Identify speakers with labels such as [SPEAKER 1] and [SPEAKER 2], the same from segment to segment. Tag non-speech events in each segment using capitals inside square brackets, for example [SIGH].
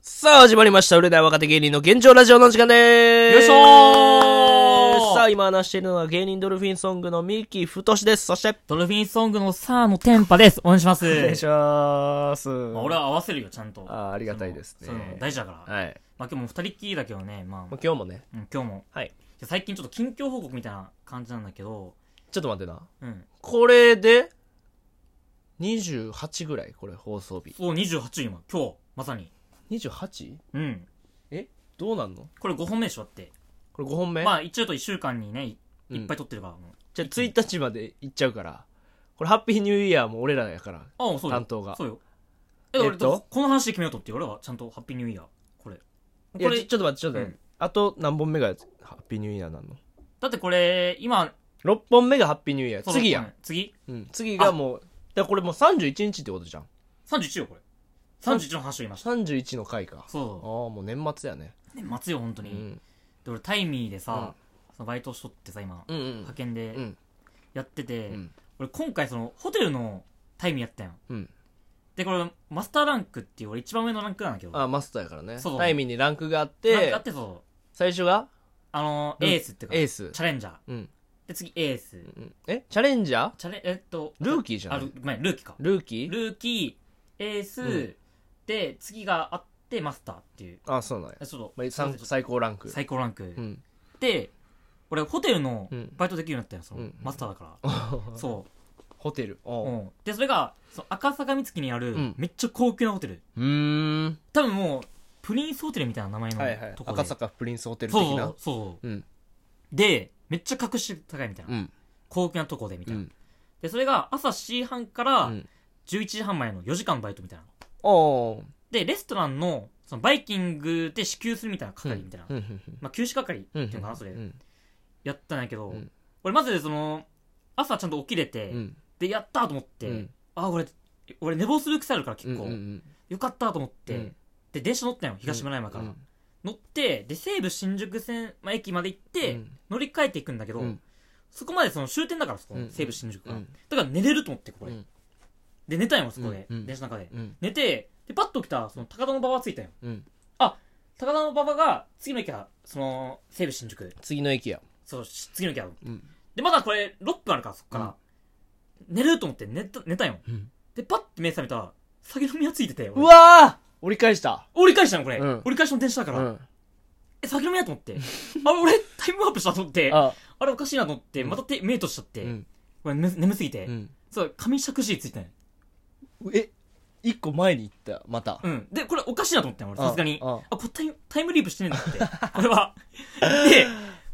[SPEAKER 1] さあ、始まりました。売れない若手芸人の現状ラジオの時間でーす。
[SPEAKER 2] よいしょー
[SPEAKER 1] さあ、今話しているのは芸人ドルフィンソングのミキ・フトシです。そして、
[SPEAKER 2] ドルフィンソングのサーのテンパです。お願いします。
[SPEAKER 1] お願いします。
[SPEAKER 2] まあ俺は合わせるよ、ちゃんと。
[SPEAKER 1] あーありがたいですね
[SPEAKER 2] そのそういうの大事だから。
[SPEAKER 1] はい。
[SPEAKER 2] まあ今日もう二人っきりだけどね、まあ、
[SPEAKER 1] もう今日もね、
[SPEAKER 2] うん今日も。
[SPEAKER 1] はい。
[SPEAKER 2] じゃあ最近ちょっと近況報告みたいな感じなんだけど、
[SPEAKER 1] ちょっと待ってな。
[SPEAKER 2] うん。
[SPEAKER 1] これで、28ぐらいこれ放送日。
[SPEAKER 2] そう、28今、今日、まさに。
[SPEAKER 1] 28?
[SPEAKER 2] うん。
[SPEAKER 1] えどうなんの
[SPEAKER 2] これ5本目でしょだって。
[SPEAKER 1] これ5本目
[SPEAKER 2] まあ一応と1週間にね、い
[SPEAKER 1] うん
[SPEAKER 2] いっぱい撮ってるから。もう
[SPEAKER 1] じゃあ1日まで行っちゃうから。これハッピーニューイヤーも俺らやから。
[SPEAKER 2] ああ、そうよ
[SPEAKER 1] 担当が
[SPEAKER 2] そうよ。
[SPEAKER 1] え
[SPEAKER 2] え、
[SPEAKER 1] っと
[SPEAKER 2] 俺と、この話で決めようとって、俺はちゃんとハッピーニューイヤー。これ。
[SPEAKER 1] いや
[SPEAKER 2] こ
[SPEAKER 1] ちょ
[SPEAKER 2] れ、
[SPEAKER 1] ちょっと待って、ちょっと待って。あと何本目がハッピーニューイヤーなんの
[SPEAKER 2] だってこれ、今、
[SPEAKER 1] 6本目がハッピーニューイヤー
[SPEAKER 2] そう
[SPEAKER 1] 次や
[SPEAKER 2] ご
[SPEAKER 1] ん、
[SPEAKER 2] めん次
[SPEAKER 1] うん、次がもうだからこれもう31日ってことじゃん
[SPEAKER 2] ?31 よ、これ。31の話を言いました。
[SPEAKER 1] 31の回かああ
[SPEAKER 2] そ
[SPEAKER 1] もう年末やね、
[SPEAKER 2] う。ね、待つよ、本当
[SPEAKER 1] う
[SPEAKER 2] に。
[SPEAKER 1] ん、
[SPEAKER 2] で俺タイミーでさ、そのバイトしとってさ今、
[SPEAKER 1] うんうん
[SPEAKER 2] 派遣
[SPEAKER 1] う
[SPEAKER 2] で
[SPEAKER 1] ん
[SPEAKER 2] やってて、
[SPEAKER 1] うん
[SPEAKER 2] 俺今回そのホテルのタイミーやったやん
[SPEAKER 1] うん
[SPEAKER 2] でこれマスターランクっていう俺一番上のランクなんだけど
[SPEAKER 1] ああマスターやからね
[SPEAKER 2] そう
[SPEAKER 1] タイミーにランクがあっ
[SPEAKER 2] ラン
[SPEAKER 1] て
[SPEAKER 2] クあってそう
[SPEAKER 1] 最初が
[SPEAKER 2] あの
[SPEAKER 1] うん
[SPEAKER 2] エースっていうか
[SPEAKER 1] エース
[SPEAKER 2] チャレンジャー
[SPEAKER 1] うん、
[SPEAKER 2] で次エース
[SPEAKER 1] うん、えチャレンジャー
[SPEAKER 2] チャレえっと
[SPEAKER 1] ルーキーじゃ
[SPEAKER 2] あ
[SPEAKER 1] な
[SPEAKER 2] ル
[SPEAKER 1] い
[SPEAKER 2] ごめんルーキーか
[SPEAKER 1] ルーキー
[SPEAKER 2] ルーキーエース、
[SPEAKER 1] うん
[SPEAKER 2] で次があってマスターっていう
[SPEAKER 1] ああそうなんや
[SPEAKER 2] え、ちょっ
[SPEAKER 1] ま
[SPEAKER 2] と
[SPEAKER 1] あ、さん最高ランク
[SPEAKER 2] 最高ランク、
[SPEAKER 1] うん [LAUGHS]
[SPEAKER 2] で俺ホテルの
[SPEAKER 1] うん
[SPEAKER 2] バイトできるようになったよその、
[SPEAKER 1] うん
[SPEAKER 2] マスターだからそう
[SPEAKER 1] ホテル
[SPEAKER 2] う、
[SPEAKER 1] おうん
[SPEAKER 2] でそれがその赤坂見附にある、
[SPEAKER 1] うん
[SPEAKER 2] めっちゃ高級なホテル
[SPEAKER 1] うーん
[SPEAKER 2] 多分もうプリンスホテルみたいな名前の
[SPEAKER 1] はいはい
[SPEAKER 2] とこで、
[SPEAKER 1] 赤坂プリンスホテル的
[SPEAKER 2] そうそう
[SPEAKER 1] な
[SPEAKER 2] そうそう
[SPEAKER 1] うん
[SPEAKER 2] でめっちゃ格式高いみたいな、
[SPEAKER 1] うん
[SPEAKER 2] 高級なとこでみた
[SPEAKER 1] う
[SPEAKER 2] いな、
[SPEAKER 1] ん
[SPEAKER 2] でそれが朝7時半から
[SPEAKER 1] うん
[SPEAKER 2] 11時半前の4時間バイトみたいな
[SPEAKER 1] おー
[SPEAKER 2] でレストランのそのバイキングで支給するみたいな係みたいな、
[SPEAKER 1] うんうんうん
[SPEAKER 2] まあ、休止係って
[SPEAKER 1] う
[SPEAKER 2] い
[SPEAKER 1] ん
[SPEAKER 2] うのかなそれ、
[SPEAKER 1] うん
[SPEAKER 2] やったんやけど、
[SPEAKER 1] うん
[SPEAKER 2] 俺まずその朝ちゃんと起きれて、
[SPEAKER 1] うん
[SPEAKER 2] でやったと思って、
[SPEAKER 1] うん
[SPEAKER 2] あ俺俺寝坊する癖あるから結構、
[SPEAKER 1] うんうんうん
[SPEAKER 2] よかったと思って、
[SPEAKER 1] うん
[SPEAKER 2] で電車乗ったよ東村山から、
[SPEAKER 1] うん
[SPEAKER 2] 乗ってで西武新宿線、まあ、駅まで行って、
[SPEAKER 1] うん
[SPEAKER 2] 乗り換えていくんだけど、
[SPEAKER 1] うん
[SPEAKER 2] そこまでその終点だからそこ、
[SPEAKER 1] うん
[SPEAKER 2] 西武新宿が、
[SPEAKER 1] うん
[SPEAKER 2] だから寝れると思ってこれ、
[SPEAKER 1] うん
[SPEAKER 2] で寝たんよそこで、
[SPEAKER 1] うんうん
[SPEAKER 2] 電車の中で、
[SPEAKER 1] うん
[SPEAKER 2] 寝てでパッと起きたその高田の馬場着いたよ
[SPEAKER 1] うん
[SPEAKER 2] 高田の馬場が次の駅はその西武新宿
[SPEAKER 1] 次の駅や
[SPEAKER 2] そうし次の駅は
[SPEAKER 1] うん
[SPEAKER 2] でまだこれ6分あるからそっから、寝れると思って寝た寝たんよ
[SPEAKER 1] うん
[SPEAKER 2] でパッて目覚めたら酒飲みがついてて
[SPEAKER 1] うわー折り返した
[SPEAKER 2] 折り返したのこれ、
[SPEAKER 1] うん
[SPEAKER 2] 折り返しの電車だ
[SPEAKER 1] う
[SPEAKER 2] から、
[SPEAKER 1] ん
[SPEAKER 2] え、酒飲みやと思って。 [LAUGHS] あれ、俺、タイムワープしたと思って。あ
[SPEAKER 1] あ
[SPEAKER 2] れ、おかしいなと思って、
[SPEAKER 1] うん
[SPEAKER 2] また手、目としちゃっ
[SPEAKER 1] う
[SPEAKER 2] て。
[SPEAKER 1] ん
[SPEAKER 2] これ、眠眠すぎて。
[SPEAKER 1] うん
[SPEAKER 2] そう、紙しゃくしついてない。
[SPEAKER 1] え一個前に行ったまた
[SPEAKER 2] うん。で、これ、おかしいなと思って、俺、さすがに。
[SPEAKER 1] ああ
[SPEAKER 2] あ、これタイム、タイムリープしてねえんだって。これは。で、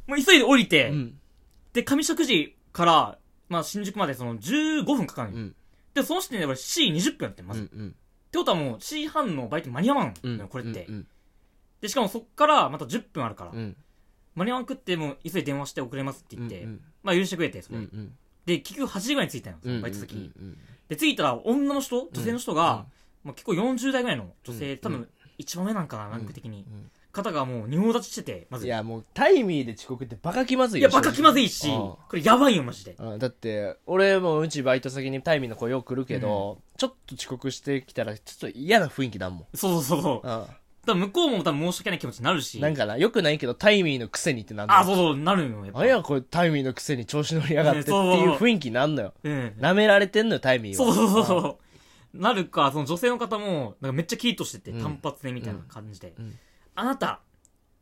[SPEAKER 2] もう急いで降りて、
[SPEAKER 1] うん
[SPEAKER 2] で、紙しゃくじから、まあ、新宿までその15分かかる
[SPEAKER 1] う
[SPEAKER 2] のよ、
[SPEAKER 1] ん
[SPEAKER 2] で、その時点で俺 C20 分やってんま
[SPEAKER 1] う
[SPEAKER 2] ず、っ
[SPEAKER 1] ん
[SPEAKER 2] てことはもう C 半のバイト間に合わん
[SPEAKER 1] う
[SPEAKER 2] の
[SPEAKER 1] ん
[SPEAKER 2] よ、これって、
[SPEAKER 1] うん
[SPEAKER 2] で、しかもそっからまた10分あるから。
[SPEAKER 1] うん
[SPEAKER 2] 間に合わんくって、もう急いで電話して遅れますって
[SPEAKER 1] うんう
[SPEAKER 2] 言
[SPEAKER 1] ん
[SPEAKER 2] って、
[SPEAKER 1] うん
[SPEAKER 2] まあ許してくれて、それ。
[SPEAKER 1] うん
[SPEAKER 2] で、結局8時ぐらいに着いたの、
[SPEAKER 1] うん
[SPEAKER 2] バイト先に。
[SPEAKER 1] うん
[SPEAKER 2] で、着いたら女の人、女性の人が、
[SPEAKER 1] うん
[SPEAKER 2] まあ、結構40代ぐらいの女性、
[SPEAKER 1] うん
[SPEAKER 2] 多
[SPEAKER 1] う
[SPEAKER 2] 分、一番上なんかな、ランク的
[SPEAKER 1] う
[SPEAKER 2] に。
[SPEAKER 1] ん
[SPEAKER 2] 方がもう二本立ちしてて、ま
[SPEAKER 1] うん
[SPEAKER 2] ず。
[SPEAKER 1] い
[SPEAKER 2] いや、
[SPEAKER 1] やもうタイミーで遅刻ってバカ気まずいよ
[SPEAKER 2] バカ気まずいし、
[SPEAKER 1] うん
[SPEAKER 2] これやばいよ、マジで。
[SPEAKER 1] うんだって俺もうちバイト先にタイミーの子よく来るけどちょっと遅刻してきたらちょっと嫌な雰囲気だもん
[SPEAKER 2] そうそうそ
[SPEAKER 1] う
[SPEAKER 2] う。
[SPEAKER 1] ん
[SPEAKER 2] 多分向こうも多分申し訳ない気持ちになるし。
[SPEAKER 1] なんかなよくないけどタイミーのくせにってなんだ
[SPEAKER 2] あ、そうそう、なるのよ、やっぱ。
[SPEAKER 1] あやこれタイミーのくせに調子乗りやがってっていう雰囲気なんのよ。
[SPEAKER 2] うん。
[SPEAKER 1] 舐められてんのよ、タイミー
[SPEAKER 2] そ
[SPEAKER 1] は。
[SPEAKER 2] うそうそうそう。なるか、その女性の方も、なんかめっちゃキリッとしてて、
[SPEAKER 1] うん
[SPEAKER 2] 単発でみたいな感じで。
[SPEAKER 1] うん
[SPEAKER 2] あなた、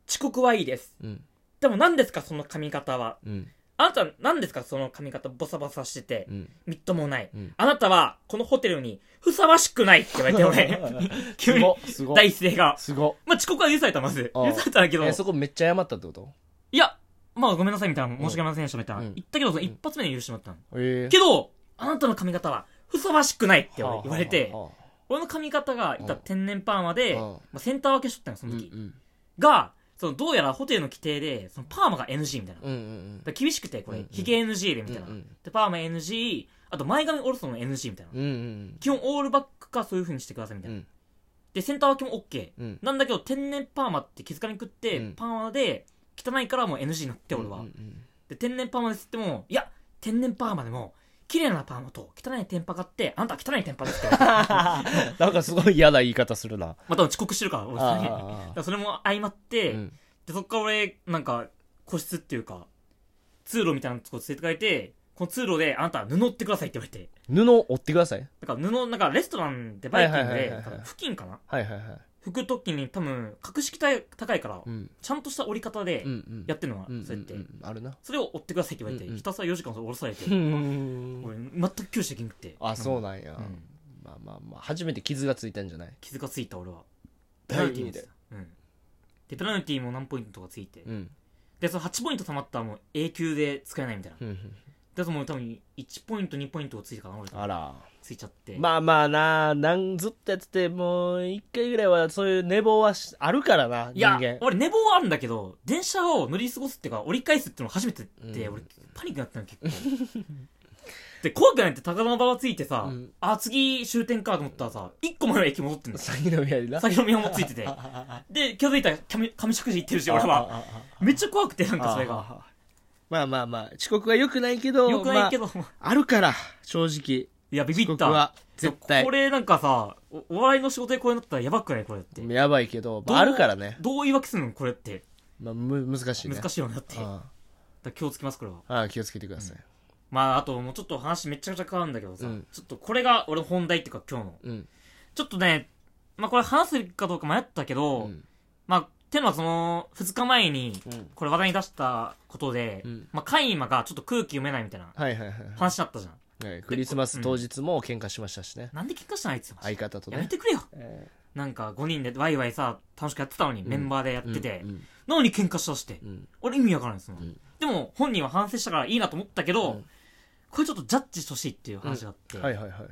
[SPEAKER 2] 遅刻はいいです。
[SPEAKER 1] うん。
[SPEAKER 2] でも何ですか、その髪型は。
[SPEAKER 1] うん。
[SPEAKER 2] あなた、何ですか、その髪型、ボサボサしてて。
[SPEAKER 1] うん。
[SPEAKER 2] みっともない、
[SPEAKER 1] うん
[SPEAKER 2] あなたは、このホテルに、ふさわしくないって言われて、
[SPEAKER 1] [LAUGHS]
[SPEAKER 2] 俺。急
[SPEAKER 1] す
[SPEAKER 2] に
[SPEAKER 1] ご、。すご。
[SPEAKER 2] 第一声が。
[SPEAKER 1] すご。
[SPEAKER 2] まあ、遅刻は許された、まず。
[SPEAKER 1] ああ
[SPEAKER 2] 許されたんだけど、
[SPEAKER 1] え、そこめっちゃ謝ったってこと
[SPEAKER 2] いや、まあ、ごめんなさい、みたいな、申し訳ありませんでした、みたいな。
[SPEAKER 1] うん
[SPEAKER 2] 言ったけど、その一発目で許してもらったの。
[SPEAKER 1] ええ。
[SPEAKER 2] けど、あなたの髪型は、ふさわしくないって言われ言われて、
[SPEAKER 1] は
[SPEAKER 2] 俺の髪型が、いた
[SPEAKER 1] うん
[SPEAKER 2] 天然パーマで、
[SPEAKER 1] うん
[SPEAKER 2] まあ、センター分けしとったの、そ
[SPEAKER 1] あはあ
[SPEAKER 2] の
[SPEAKER 1] うん
[SPEAKER 2] 時。
[SPEAKER 1] うん。
[SPEAKER 2] が、その、どうやらホテルの規定で、その、パーマが NG みたいな。だか
[SPEAKER 1] うんうん
[SPEAKER 2] ら厳しくて、こ
[SPEAKER 1] う
[SPEAKER 2] れ
[SPEAKER 1] ん、
[SPEAKER 2] ヒゲ NG で、みたいな。
[SPEAKER 1] うんうん
[SPEAKER 2] で、パーマ NG、あと、前髪おろすのも NG みたいな
[SPEAKER 1] うん。。うん
[SPEAKER 2] 基本オールバックかそういう風にしてくださいみ
[SPEAKER 1] うん。
[SPEAKER 2] た
[SPEAKER 1] う
[SPEAKER 2] いな、
[SPEAKER 1] ん。
[SPEAKER 2] でセンター分けも OK
[SPEAKER 1] うん。
[SPEAKER 2] なんだけど天然パーマって気づかにくって、
[SPEAKER 1] うん
[SPEAKER 2] パーマで汚いからもう NG になって俺は、
[SPEAKER 1] うんうん
[SPEAKER 2] で天然パーマですってもいや天然パーマでも綺麗なパーマと汚い天パ買って、あんたは汚い天パですって言 [LAUGHS] われて
[SPEAKER 1] [LAUGHS] なんかすごい嫌な言い方する
[SPEAKER 2] [LAUGHS]
[SPEAKER 1] な。
[SPEAKER 2] また遅刻してるから、俺その日
[SPEAKER 1] ああああ
[SPEAKER 2] だからそれも相まって、
[SPEAKER 1] うん
[SPEAKER 2] で、そっから俺、なんか、個室っていうか、通路みたいなとこ連れてかれて、この通路であんたは布折ってくださいって言われて。
[SPEAKER 1] 布を折ってください。
[SPEAKER 2] だから布、なんかレストランでバイキング
[SPEAKER 1] はいはいはい
[SPEAKER 2] で
[SPEAKER 1] はい、
[SPEAKER 2] 多分付近かな
[SPEAKER 1] はいはいはい。
[SPEAKER 2] 服ときに多分、格式高い高いから
[SPEAKER 1] う、ん。
[SPEAKER 2] ちゃんとした折り方で
[SPEAKER 1] うんうん。
[SPEAKER 2] やってるのは、
[SPEAKER 1] うんうんうん
[SPEAKER 2] そうやって。
[SPEAKER 1] あるな。
[SPEAKER 2] それを折ってくださいって言われ
[SPEAKER 1] うんう
[SPEAKER 2] て、
[SPEAKER 1] ん
[SPEAKER 2] ひたすら4時間それ折らされて、
[SPEAKER 1] うん。
[SPEAKER 2] 俺、全く教師できなくて。
[SPEAKER 1] あ、そう
[SPEAKER 2] な
[SPEAKER 1] なんや
[SPEAKER 2] う。ん。
[SPEAKER 1] まあまあまあ、初めて傷がついたんじゃない
[SPEAKER 2] 傷がついた俺は。
[SPEAKER 1] ペナルティーで。
[SPEAKER 2] うん。で、ペナルティーも何ポイントかついて。
[SPEAKER 1] うん。
[SPEAKER 2] で、その8ポイント貯まったらもう永久で使えないみたいな。
[SPEAKER 1] うん
[SPEAKER 2] で、そのもう多分1ポイント、2ポイントがついたかな、俺。
[SPEAKER 1] あら。
[SPEAKER 2] ついちゃって。
[SPEAKER 1] まあまあな、なんずっとやってて、もう一回ぐらいはそういう寝坊はしあるからな、
[SPEAKER 2] い
[SPEAKER 1] 人
[SPEAKER 2] や
[SPEAKER 1] 間、。
[SPEAKER 2] 俺寝坊はあるんだけど、電車を乗り過ごすっていうか、折り返すっていうの初めてで、
[SPEAKER 1] うん
[SPEAKER 2] 俺、パニックになったの結構。 [LAUGHS] で、怖くないって高田馬場ついてさ、
[SPEAKER 1] うん
[SPEAKER 2] あ、次終点かと思ったらさ、一個前の駅戻ってんの。
[SPEAKER 1] 詐欺のやりな。
[SPEAKER 2] 先の宮もつ
[SPEAKER 1] [LAUGHS]
[SPEAKER 2] いてて。で、気づいたら神、神食事行ってるし、俺は。
[SPEAKER 1] あ。あ
[SPEAKER 2] めっちゃ怖くて、なん
[SPEAKER 1] ああ
[SPEAKER 2] かそれ
[SPEAKER 1] あ
[SPEAKER 2] が。
[SPEAKER 1] あまあまあまあ、遅刻は良くないけど、
[SPEAKER 2] よくないけ
[SPEAKER 1] ま
[SPEAKER 2] ど、
[SPEAKER 1] あ、あるから、正直。
[SPEAKER 2] [LAUGHS] いや、ビビ
[SPEAKER 1] 遅刻
[SPEAKER 2] った。
[SPEAKER 1] は、絶対
[SPEAKER 2] こ。れなんかさ、おお笑いの仕事でこれなったらやばくないこれって。
[SPEAKER 1] やばいけど、
[SPEAKER 2] ど
[SPEAKER 1] ま
[SPEAKER 2] う
[SPEAKER 1] あ、あるからね。
[SPEAKER 2] どう言い訳するのこれって。
[SPEAKER 1] まあ、む難しいね。
[SPEAKER 2] 難しいようになって。だか
[SPEAKER 1] あ
[SPEAKER 2] ら気をつけます、これは。
[SPEAKER 1] あああ気をつけてください。
[SPEAKER 2] まあ、あともうちょっと話めちゃくちゃ変わるんだけどさ、
[SPEAKER 1] うん
[SPEAKER 2] ちょっとこれが俺本題っていうか今日の。
[SPEAKER 1] うん。
[SPEAKER 2] ちょっとね、まあこれ話すかどうか迷ったけ
[SPEAKER 1] う
[SPEAKER 2] ど、
[SPEAKER 1] ん。
[SPEAKER 2] まあ、てのはその、2日前に、
[SPEAKER 1] うん。
[SPEAKER 2] これ話題に出したことで、
[SPEAKER 1] うん
[SPEAKER 2] まあ、カイマがちょっと空気読めないみたいな
[SPEAKER 1] はいはいはい
[SPEAKER 2] 話だったじゃん。
[SPEAKER 1] はい。クリスマス当日も喧嘩しましたしね。
[SPEAKER 2] なんで喧嘩したのあいつ、マジで
[SPEAKER 1] 相方と
[SPEAKER 2] やめ
[SPEAKER 1] ね。
[SPEAKER 2] てくれよ。
[SPEAKER 1] ええ
[SPEAKER 2] なんか5人でワイワイさ、楽しくやってたのに、メンバーでやってて、
[SPEAKER 1] うん
[SPEAKER 2] なのに喧嘩したして。
[SPEAKER 1] うん。
[SPEAKER 2] 俺意味わからないですもん。
[SPEAKER 1] うん
[SPEAKER 2] でも、本人は反省したからいいなと思ったけど、
[SPEAKER 1] うん
[SPEAKER 2] これちょっとジャッジしてほしいっていう話があって、
[SPEAKER 1] うんはいはいはい。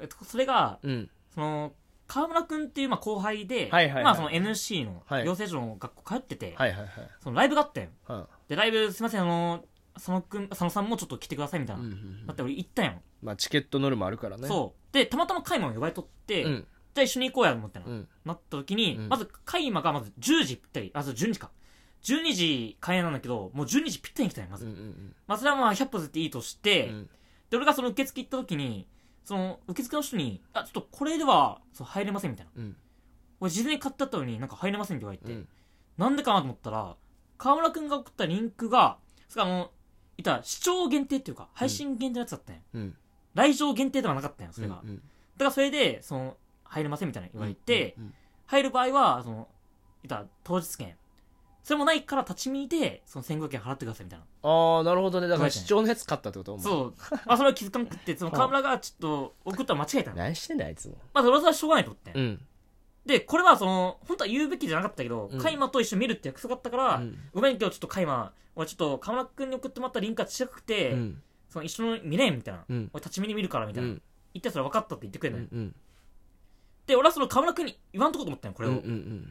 [SPEAKER 2] えっとそれが、
[SPEAKER 1] うん。
[SPEAKER 2] その川村君っていうまあ後輩で、
[SPEAKER 1] はいはいはい
[SPEAKER 2] まあその NC の
[SPEAKER 1] はい
[SPEAKER 2] 養成所の学校通ってて、
[SPEAKER 1] はいはいはい。
[SPEAKER 2] そのライブがあったよ
[SPEAKER 1] は
[SPEAKER 2] でライブすいませんあの佐野くん佐野さんもちょっと来てくださいみたい
[SPEAKER 1] あう
[SPEAKER 2] な、
[SPEAKER 1] んうんう
[SPEAKER 2] だ
[SPEAKER 1] ん
[SPEAKER 2] って俺行ったやん、
[SPEAKER 1] まあ、チケットノルマあるからね。
[SPEAKER 2] そうでたまたまカイマを呼ばれとって、
[SPEAKER 1] うん。
[SPEAKER 2] じゃあ一緒に行こうやと思ってな,、
[SPEAKER 1] うん。
[SPEAKER 2] なった時に、
[SPEAKER 1] うん
[SPEAKER 2] まずカイマがまず10時ぴったりあそう12時か12時開演なんだけどもう12時ぴったりに来たやんまず、
[SPEAKER 1] うんうん
[SPEAKER 2] まあそれはまあ100歩ずっていいとして、
[SPEAKER 1] うん。うん
[SPEAKER 2] で俺がその受付行った時にその受付の人に「あちょっとこれではそう入れません」みたいな
[SPEAKER 1] うん
[SPEAKER 2] 俺事前に買ってあったのになんか入れませんって言われて、
[SPEAKER 1] うん。
[SPEAKER 2] なんでかなと思ったら河村くんが送ったリンクがそれからあのいた視聴限定っていうか配信限定のやつだったんや、
[SPEAKER 1] うん。
[SPEAKER 2] 来場限定ではなかったんやそれが、だ
[SPEAKER 1] うんうん
[SPEAKER 2] からそれでその入れませんみたいな言われて、
[SPEAKER 1] うんうん
[SPEAKER 2] 入る場合はそのいた当日券それもないから立ち見でその1500円払ってくださいみたいな、
[SPEAKER 1] ああ、なるほどね。だから、
[SPEAKER 2] そうや
[SPEAKER 1] 視
[SPEAKER 2] ね
[SPEAKER 1] 聴のやつ買ったってことお前
[SPEAKER 2] そうあそれは気づかなく
[SPEAKER 1] [LAUGHS]
[SPEAKER 2] ってその河村がちょっと送ったの間違えたの
[SPEAKER 1] 何してんだよ、あいつも。
[SPEAKER 2] まあそれはしょうがないと思って、
[SPEAKER 1] うん。
[SPEAKER 2] でこれはその本当は言うべきじゃなかったけど、
[SPEAKER 1] うん
[SPEAKER 2] カイマと一緒に見るって約束だったから、
[SPEAKER 1] うん
[SPEAKER 2] ごめん今日ちょっとカイマ俺ちょっと河村君に送ってもらったリンクが近くて、
[SPEAKER 1] うん。
[SPEAKER 2] その一緒に見れんみたいな、
[SPEAKER 1] うん
[SPEAKER 2] 俺立ち見に見るからみた
[SPEAKER 1] う
[SPEAKER 2] いな、
[SPEAKER 1] ん。
[SPEAKER 2] 言ってそれ分かったって言ってくれ
[SPEAKER 1] う
[SPEAKER 2] たのよ、
[SPEAKER 1] ん。
[SPEAKER 2] で俺はその河村君に言わんとこうと思ったのよこ
[SPEAKER 1] う
[SPEAKER 2] れを、
[SPEAKER 1] ん。う
[SPEAKER 2] っ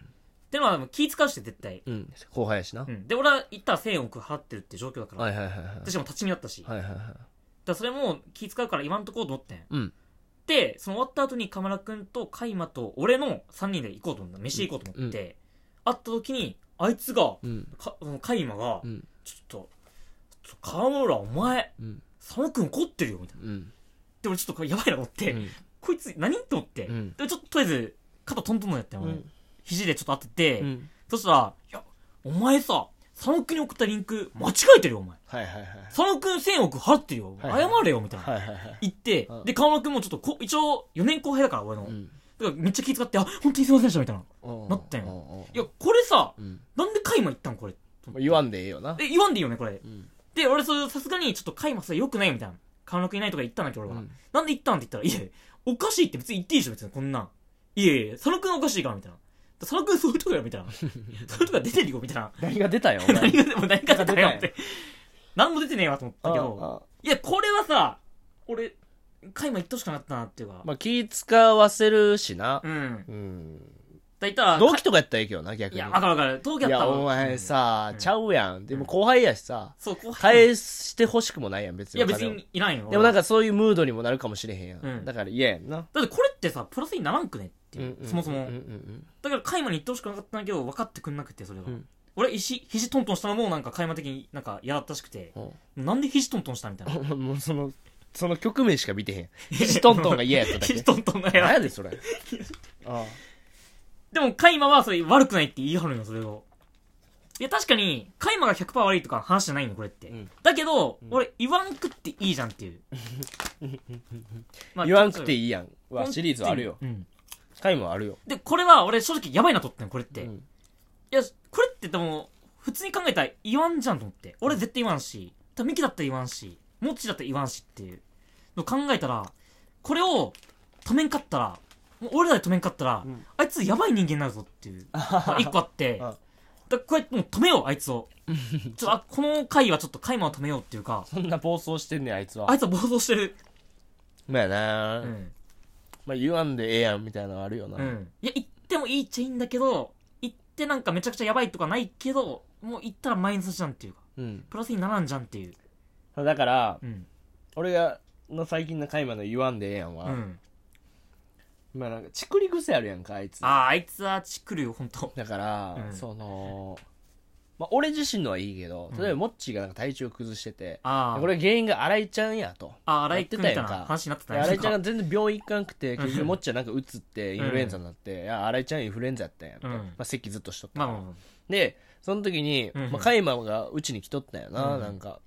[SPEAKER 2] て
[SPEAKER 1] ん。
[SPEAKER 2] のは気使うして絶対、
[SPEAKER 1] うん。後輩やしな
[SPEAKER 2] う。んで俺は言ったら1000億払ってるって状況だから、
[SPEAKER 1] はいはいはいはい。
[SPEAKER 2] 私も立ち見だったし、だか
[SPEAKER 1] はいはいはい。
[SPEAKER 2] らそれも気使うから言わんとこうと思ってん
[SPEAKER 1] うん。
[SPEAKER 2] でその終わった後に河村君とカイマと俺の3人で行こうと思った飯行こうと思って、会った時にあいつが
[SPEAKER 1] うん。
[SPEAKER 2] かそのカイマが、
[SPEAKER 1] うん。
[SPEAKER 2] ちょっとちょっと河村お前
[SPEAKER 1] うん。
[SPEAKER 2] 佐野くん怒ってるよみたいな
[SPEAKER 1] うん。
[SPEAKER 2] で俺ちょっとこれやばいなと思って、
[SPEAKER 1] うん
[SPEAKER 2] こいつ何と思って、
[SPEAKER 1] うん
[SPEAKER 2] でちょっととりあえず肩トントンのやったよ、俺
[SPEAKER 1] うん
[SPEAKER 2] 肘でちょっと当てて、
[SPEAKER 1] うん。
[SPEAKER 2] そしたら「いやお前さ佐野くんに送ったリンク間違えてるよお前
[SPEAKER 1] はいはいはい。
[SPEAKER 2] 佐野くん1000億払ってるよ、
[SPEAKER 1] はいはい
[SPEAKER 2] 謝れよ」みたいな、
[SPEAKER 1] はいはいはい。
[SPEAKER 2] 言って
[SPEAKER 1] うん
[SPEAKER 2] で川村くんもちょっとこ一応4年後輩だから俺の、
[SPEAKER 1] うん。
[SPEAKER 2] だからめっちゃ気遣って「あ本当にすいませんでした」みたいな「
[SPEAKER 1] な
[SPEAKER 2] ったよ
[SPEAKER 1] よ
[SPEAKER 2] いやこれさ
[SPEAKER 1] うん。
[SPEAKER 2] なんでカイマ言ったんこれ」
[SPEAKER 1] 言わんでええよな。
[SPEAKER 2] え言わんでいいよねこれ
[SPEAKER 1] うん。
[SPEAKER 2] で俺それさすがにちょっとカイマさ良くないよみたいな川村くんいないとか言ったんだけど俺は、なんで言ったんって言ったら、いや、おかしいって別に言っていいでしょ、別にこんなん。いやいや、佐野くんおかしいから、みたいな。佐野くんそういうとこや、みたい
[SPEAKER 1] [LAUGHS]
[SPEAKER 2] な。そういうとこ出てるよ、みたいな。
[SPEAKER 1] 何が出たよ、お前
[SPEAKER 2] 何がでも何が出たよっ
[SPEAKER 1] 出
[SPEAKER 2] て。何も出てねえわと思ったけ
[SPEAKER 1] あ
[SPEAKER 2] ど、
[SPEAKER 1] ああ
[SPEAKER 2] いや、これはさ、俺、カイマ言ってほしくなかったなっていうか。
[SPEAKER 1] まあ、気使わせるしな
[SPEAKER 2] う。ん。
[SPEAKER 1] うん。
[SPEAKER 2] だいたら、
[SPEAKER 1] 同期とかやったらええけどな、逆
[SPEAKER 2] い
[SPEAKER 1] に。
[SPEAKER 2] や、わかるわかる。東京
[SPEAKER 1] い
[SPEAKER 2] やった
[SPEAKER 1] や、
[SPEAKER 2] わ
[SPEAKER 1] お前、さ
[SPEAKER 2] う、ん
[SPEAKER 1] ちゃうやん。でも後輩やしさ、
[SPEAKER 2] そう、後輩。い
[SPEAKER 1] 返してほしくもないやん、別に。
[SPEAKER 2] や、別
[SPEAKER 1] 彼は
[SPEAKER 2] にいらんよ。
[SPEAKER 1] でもなん
[SPEAKER 2] か、
[SPEAKER 1] かそういうムードにもなるかもしれへんや。
[SPEAKER 2] うんん
[SPEAKER 1] だから嫌やんな。
[SPEAKER 2] だってこれってさ、プラスにならんくねって
[SPEAKER 1] う
[SPEAKER 2] い
[SPEAKER 1] ん
[SPEAKER 2] う
[SPEAKER 1] うん
[SPEAKER 2] そもそも。
[SPEAKER 1] うんうん
[SPEAKER 2] だからカイマに言ってほしくなかったんだけど分かってくんなくてそれが、
[SPEAKER 1] うん
[SPEAKER 2] 俺肘肘トントンしたのもなんかカイマ的になんか嫌だったらししくて
[SPEAKER 1] うん [LAUGHS]
[SPEAKER 2] なんで肘トントンしたみたいな
[SPEAKER 1] うんもうその、その局面しか見てへん。シトントンが嫌やっただけ。
[SPEAKER 2] トントンが
[SPEAKER 1] 何
[SPEAKER 2] や
[SPEAKER 1] やで、
[SPEAKER 2] [LAUGHS]
[SPEAKER 1] それ。あ
[SPEAKER 2] でも、カイマはそれ悪くないって言い張るの、それを。いや、確かに、カイマが100%悪いとか話じゃないの、これって。
[SPEAKER 1] うん
[SPEAKER 2] だけど、
[SPEAKER 1] ん
[SPEAKER 2] 俺、言わんくっていいじゃんっていう。
[SPEAKER 1] [LAUGHS]
[SPEAKER 2] ま
[SPEAKER 1] あ言わんくてい
[SPEAKER 2] い。
[SPEAKER 1] いやん。はシリーズあるよ。
[SPEAKER 2] うん。
[SPEAKER 1] 回もあるよ。
[SPEAKER 2] で、これは俺、正直やばいなと思ったの、これって。
[SPEAKER 1] う
[SPEAKER 2] い
[SPEAKER 1] ん
[SPEAKER 2] や、これってでも、普通に考えたら言わんじゃんと思って。俺絶対言わんし、多分ミキだったら言わんし、モッチだったら言わんしっていうのを考えたら、これを止めんかったら、もう俺らで止めんかったら、
[SPEAKER 1] うん
[SPEAKER 2] あいつやばい人間になるぞっていう。まあ一個あって、
[SPEAKER 1] うん
[SPEAKER 2] だからこうやってもう止めよう、あいつを。ちょっとあこの回はちょっと回魔を止めようっていうか、
[SPEAKER 1] そんな暴走してんねん、あいつは
[SPEAKER 2] あ。いつは暴走してる。
[SPEAKER 1] まあやな
[SPEAKER 2] う、ん。
[SPEAKER 1] まあ言わんでええやんみたいなのあるよな。
[SPEAKER 2] うん。いや、行ってもいいっちゃいいんだけど、行ってなんかめちゃくちゃやばいとかないけど、もう行ったらマイナスじゃんっていうか、
[SPEAKER 1] うん。
[SPEAKER 2] プラスにならんじゃんっていう。
[SPEAKER 1] だから、
[SPEAKER 2] うん。
[SPEAKER 1] 俺が、の最近の回まで言わんでええやん
[SPEAKER 2] う
[SPEAKER 1] は、
[SPEAKER 2] ん。
[SPEAKER 1] まあなんか、チクリ癖あるやんか、あいつ。
[SPEAKER 2] ああ、あいつはチクるよ、ほんと。
[SPEAKER 1] だから、
[SPEAKER 2] うん
[SPEAKER 1] その、まあ俺自身のはいいけど、例えばモッチーがなんか体調崩してて、
[SPEAKER 2] ああ。
[SPEAKER 1] これ原因が新井ちゃんやと。
[SPEAKER 2] ああ、荒井くんみたいな
[SPEAKER 1] やってたやんか
[SPEAKER 2] 話になってた
[SPEAKER 1] で
[SPEAKER 2] ね
[SPEAKER 1] 新井ちゃんが全然病院行かんくて、結
[SPEAKER 2] う
[SPEAKER 1] 局
[SPEAKER 2] ん
[SPEAKER 1] もっちゃんなんかうつってインフルエンザになって、いや、新井ちゃんインフルエンザやったんやと。
[SPEAKER 2] うん
[SPEAKER 1] まあ、咳ずっとしとった
[SPEAKER 2] ま
[SPEAKER 1] か
[SPEAKER 2] あ
[SPEAKER 1] ら。
[SPEAKER 2] まあまあ。
[SPEAKER 1] で、その時に、
[SPEAKER 2] うん
[SPEAKER 1] まあ、カイマがうちに来とったんやな、
[SPEAKER 2] うん
[SPEAKER 1] なんか、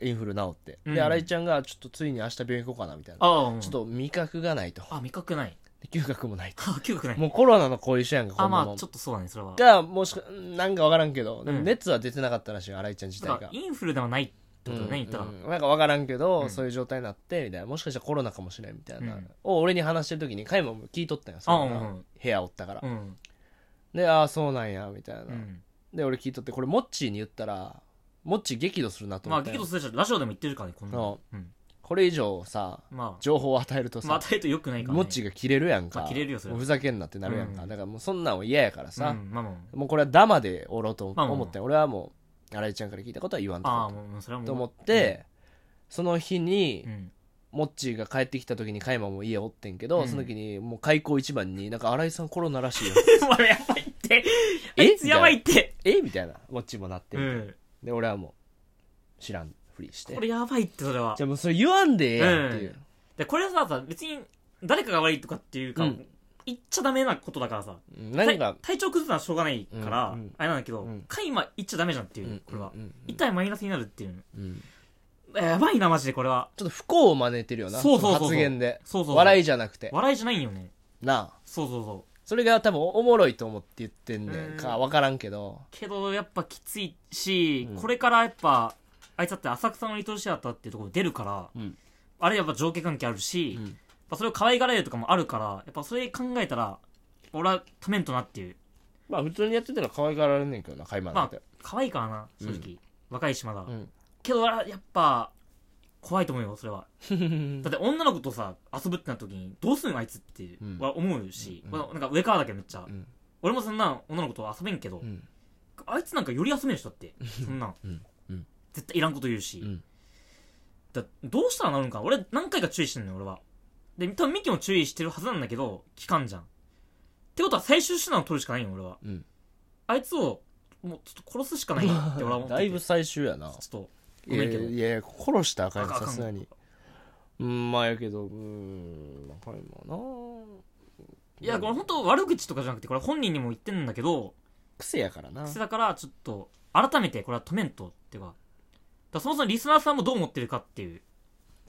[SPEAKER 1] インフル治って。
[SPEAKER 2] うん
[SPEAKER 1] で、新井ちゃんが、ちょっとついに明日病院行こうかな、みたいな。
[SPEAKER 2] ああ、うん
[SPEAKER 1] ちょっ。と味覚がないと。
[SPEAKER 2] あ、味覚ない。 [LAUGHS]
[SPEAKER 1] で嗅覚もないと。
[SPEAKER 2] あ嗅覚ない。
[SPEAKER 1] もうコロナの後遺症やんか、こ
[SPEAKER 2] あ、
[SPEAKER 1] んな
[SPEAKER 2] ま
[SPEAKER 1] も
[SPEAKER 2] あ、
[SPEAKER 1] ん
[SPEAKER 2] ち。ょっとそうだね、それは。
[SPEAKER 1] が、もしか、なんかわからんけど、でも
[SPEAKER 2] うん
[SPEAKER 1] 熱は出てなかったらしいよ、新井ちゃん自体
[SPEAKER 2] だか
[SPEAKER 1] が
[SPEAKER 2] ら。インフルではないってことだね、
[SPEAKER 1] うん
[SPEAKER 2] 言ったら。
[SPEAKER 1] うんなんかわからんけど、
[SPEAKER 2] うん
[SPEAKER 1] そういう状態になってみたいなもしかしたらコロナかもしれんみたいな、
[SPEAKER 2] うん
[SPEAKER 1] を俺に話してる時にカイマも聞いとったんよそれな
[SPEAKER 2] あうんうん
[SPEAKER 1] 部屋おったから、
[SPEAKER 2] うん。
[SPEAKER 1] でああそうなんやみたいな、
[SPEAKER 2] うん。
[SPEAKER 1] で俺聞いとってこれモッチーに言ったらモッチー激怒するなと
[SPEAKER 2] ま
[SPEAKER 1] 思
[SPEAKER 2] あ、
[SPEAKER 1] って、
[SPEAKER 2] 激怒するじゃん。ラジオでも言ってるからね、こんなの。うん。
[SPEAKER 1] これ以上さ
[SPEAKER 2] ま
[SPEAKER 1] 情報を与えると
[SPEAKER 2] あ、
[SPEAKER 1] さ、
[SPEAKER 2] またえと良くないからね。
[SPEAKER 1] モッチーが切れるやんか、
[SPEAKER 2] まあ切れるよそれは
[SPEAKER 1] もうふざけんなってなるやんか、
[SPEAKER 2] うん
[SPEAKER 1] だからもうそんなんは嫌やから
[SPEAKER 2] う
[SPEAKER 1] さ、
[SPEAKER 2] ん、まあまあま
[SPEAKER 1] もうこれはダマでおろうと
[SPEAKER 2] まあまあ
[SPEAKER 1] 思って、俺はもう新井ちゃんから聞いたことは言わんと
[SPEAKER 2] あ。あ
[SPEAKER 1] こ
[SPEAKER 2] あ、もう、それはも
[SPEAKER 1] う
[SPEAKER 2] う。
[SPEAKER 1] と思って、その日に、
[SPEAKER 2] うん。 [LAUGHS]
[SPEAKER 1] モッチーが帰ってきた時にカイマも家おってんけど、
[SPEAKER 2] うん
[SPEAKER 1] その時にもう開口一番になんか新井さんコロナらしいよ
[SPEAKER 2] お前やばいって。あ
[SPEAKER 1] え
[SPEAKER 2] いつやばいって。
[SPEAKER 1] [LAUGHS] えみたいなモッチーもなって
[SPEAKER 2] う
[SPEAKER 1] みて、
[SPEAKER 2] ん。
[SPEAKER 1] で俺はもう知らんふりして
[SPEAKER 2] これやばいって、それは
[SPEAKER 1] じゃ。あもうそれ言わんでええやんっていう、
[SPEAKER 2] で、これはさ、さ別に、誰かが悪いとかっていうか
[SPEAKER 1] うん、
[SPEAKER 2] 言っちゃダメなことだからさ。
[SPEAKER 1] うんなんか
[SPEAKER 2] 体体調崩すのはしょうがないから、
[SPEAKER 1] うんうん
[SPEAKER 2] あれなんだけど、
[SPEAKER 1] うん
[SPEAKER 2] カイマ言っちゃダメじゃんっていうう、
[SPEAKER 1] ん
[SPEAKER 2] これは
[SPEAKER 1] う。ん
[SPEAKER 2] 一体マイナスになるっていう。
[SPEAKER 1] うん
[SPEAKER 2] やばいな、マジでこれは。
[SPEAKER 1] ちょっと不幸を招いてるよな
[SPEAKER 2] そうそうそうそう
[SPEAKER 1] の発言で
[SPEAKER 2] そうそうそう。
[SPEAKER 1] 笑
[SPEAKER 2] い。
[SPEAKER 1] いじゃなくて
[SPEAKER 2] 笑いじゃないよね。
[SPEAKER 1] なあ
[SPEAKER 2] そうそうそう。
[SPEAKER 1] それが多分おもろいと思って言ってんねんか
[SPEAKER 2] うん
[SPEAKER 1] 分からんけど
[SPEAKER 2] けどやっぱきついし、
[SPEAKER 1] うん
[SPEAKER 2] これからやっぱあいつだって浅草のリトルシアターっていうところ出るから、
[SPEAKER 1] うん
[SPEAKER 2] あれやっぱ上下関係あるし、
[SPEAKER 1] うん
[SPEAKER 2] やっぱそれを可愛がられるとかもあるからやっぱそれ考えたら俺はためんとなっていう
[SPEAKER 1] まあ普通にやってたら可愛がられんねんけどなカイマなんて、
[SPEAKER 2] 可愛いからな正直、若いしまだ、
[SPEAKER 1] うん
[SPEAKER 2] けどあやっぱ怖いと思うよ
[SPEAKER 1] [LAUGHS]
[SPEAKER 2] それは
[SPEAKER 1] うん
[SPEAKER 2] だって女の子とさ遊ぶってなった時にどうすんのあいつっていう
[SPEAKER 1] うん
[SPEAKER 2] は思うし、
[SPEAKER 1] うん
[SPEAKER 2] まあなんか上からだけどめっちゃ、
[SPEAKER 1] うん
[SPEAKER 2] 俺もそんな女の子と遊べんけど、
[SPEAKER 1] うん
[SPEAKER 2] あいつなんかより休める人だってそんなん、
[SPEAKER 1] うんうん
[SPEAKER 2] 絶対いらんこと言うし、
[SPEAKER 1] うん
[SPEAKER 2] だどうしたらなるんか俺何回か注意してんのよ俺はで多分ミキも注意してるはずなんだけど聞かんじゃんってことは最終手段を取るしかないよ俺は
[SPEAKER 1] うん
[SPEAKER 2] あいつをもうちょっと殺すしか
[SPEAKER 1] [LAUGHS]
[SPEAKER 2] ないなって俺は思ってて
[SPEAKER 1] だいぶ最終やな
[SPEAKER 2] ちょっとご
[SPEAKER 1] いや
[SPEAKER 2] めんけど
[SPEAKER 1] いやいや殺したらあかん
[SPEAKER 2] あ
[SPEAKER 1] よ
[SPEAKER 2] かんあか
[SPEAKER 1] さ
[SPEAKER 2] ん
[SPEAKER 1] すがにうんまあやけどうんあかんよない
[SPEAKER 2] いやこれ
[SPEAKER 1] ん
[SPEAKER 2] 本当悪口とかじゃなくてこれ本人にも言ってんだけど
[SPEAKER 1] 癖やからな
[SPEAKER 2] それだからちょっと改めてこれは止めんとっていうかだからそもそもリスナーさんもどう思ってるかっていう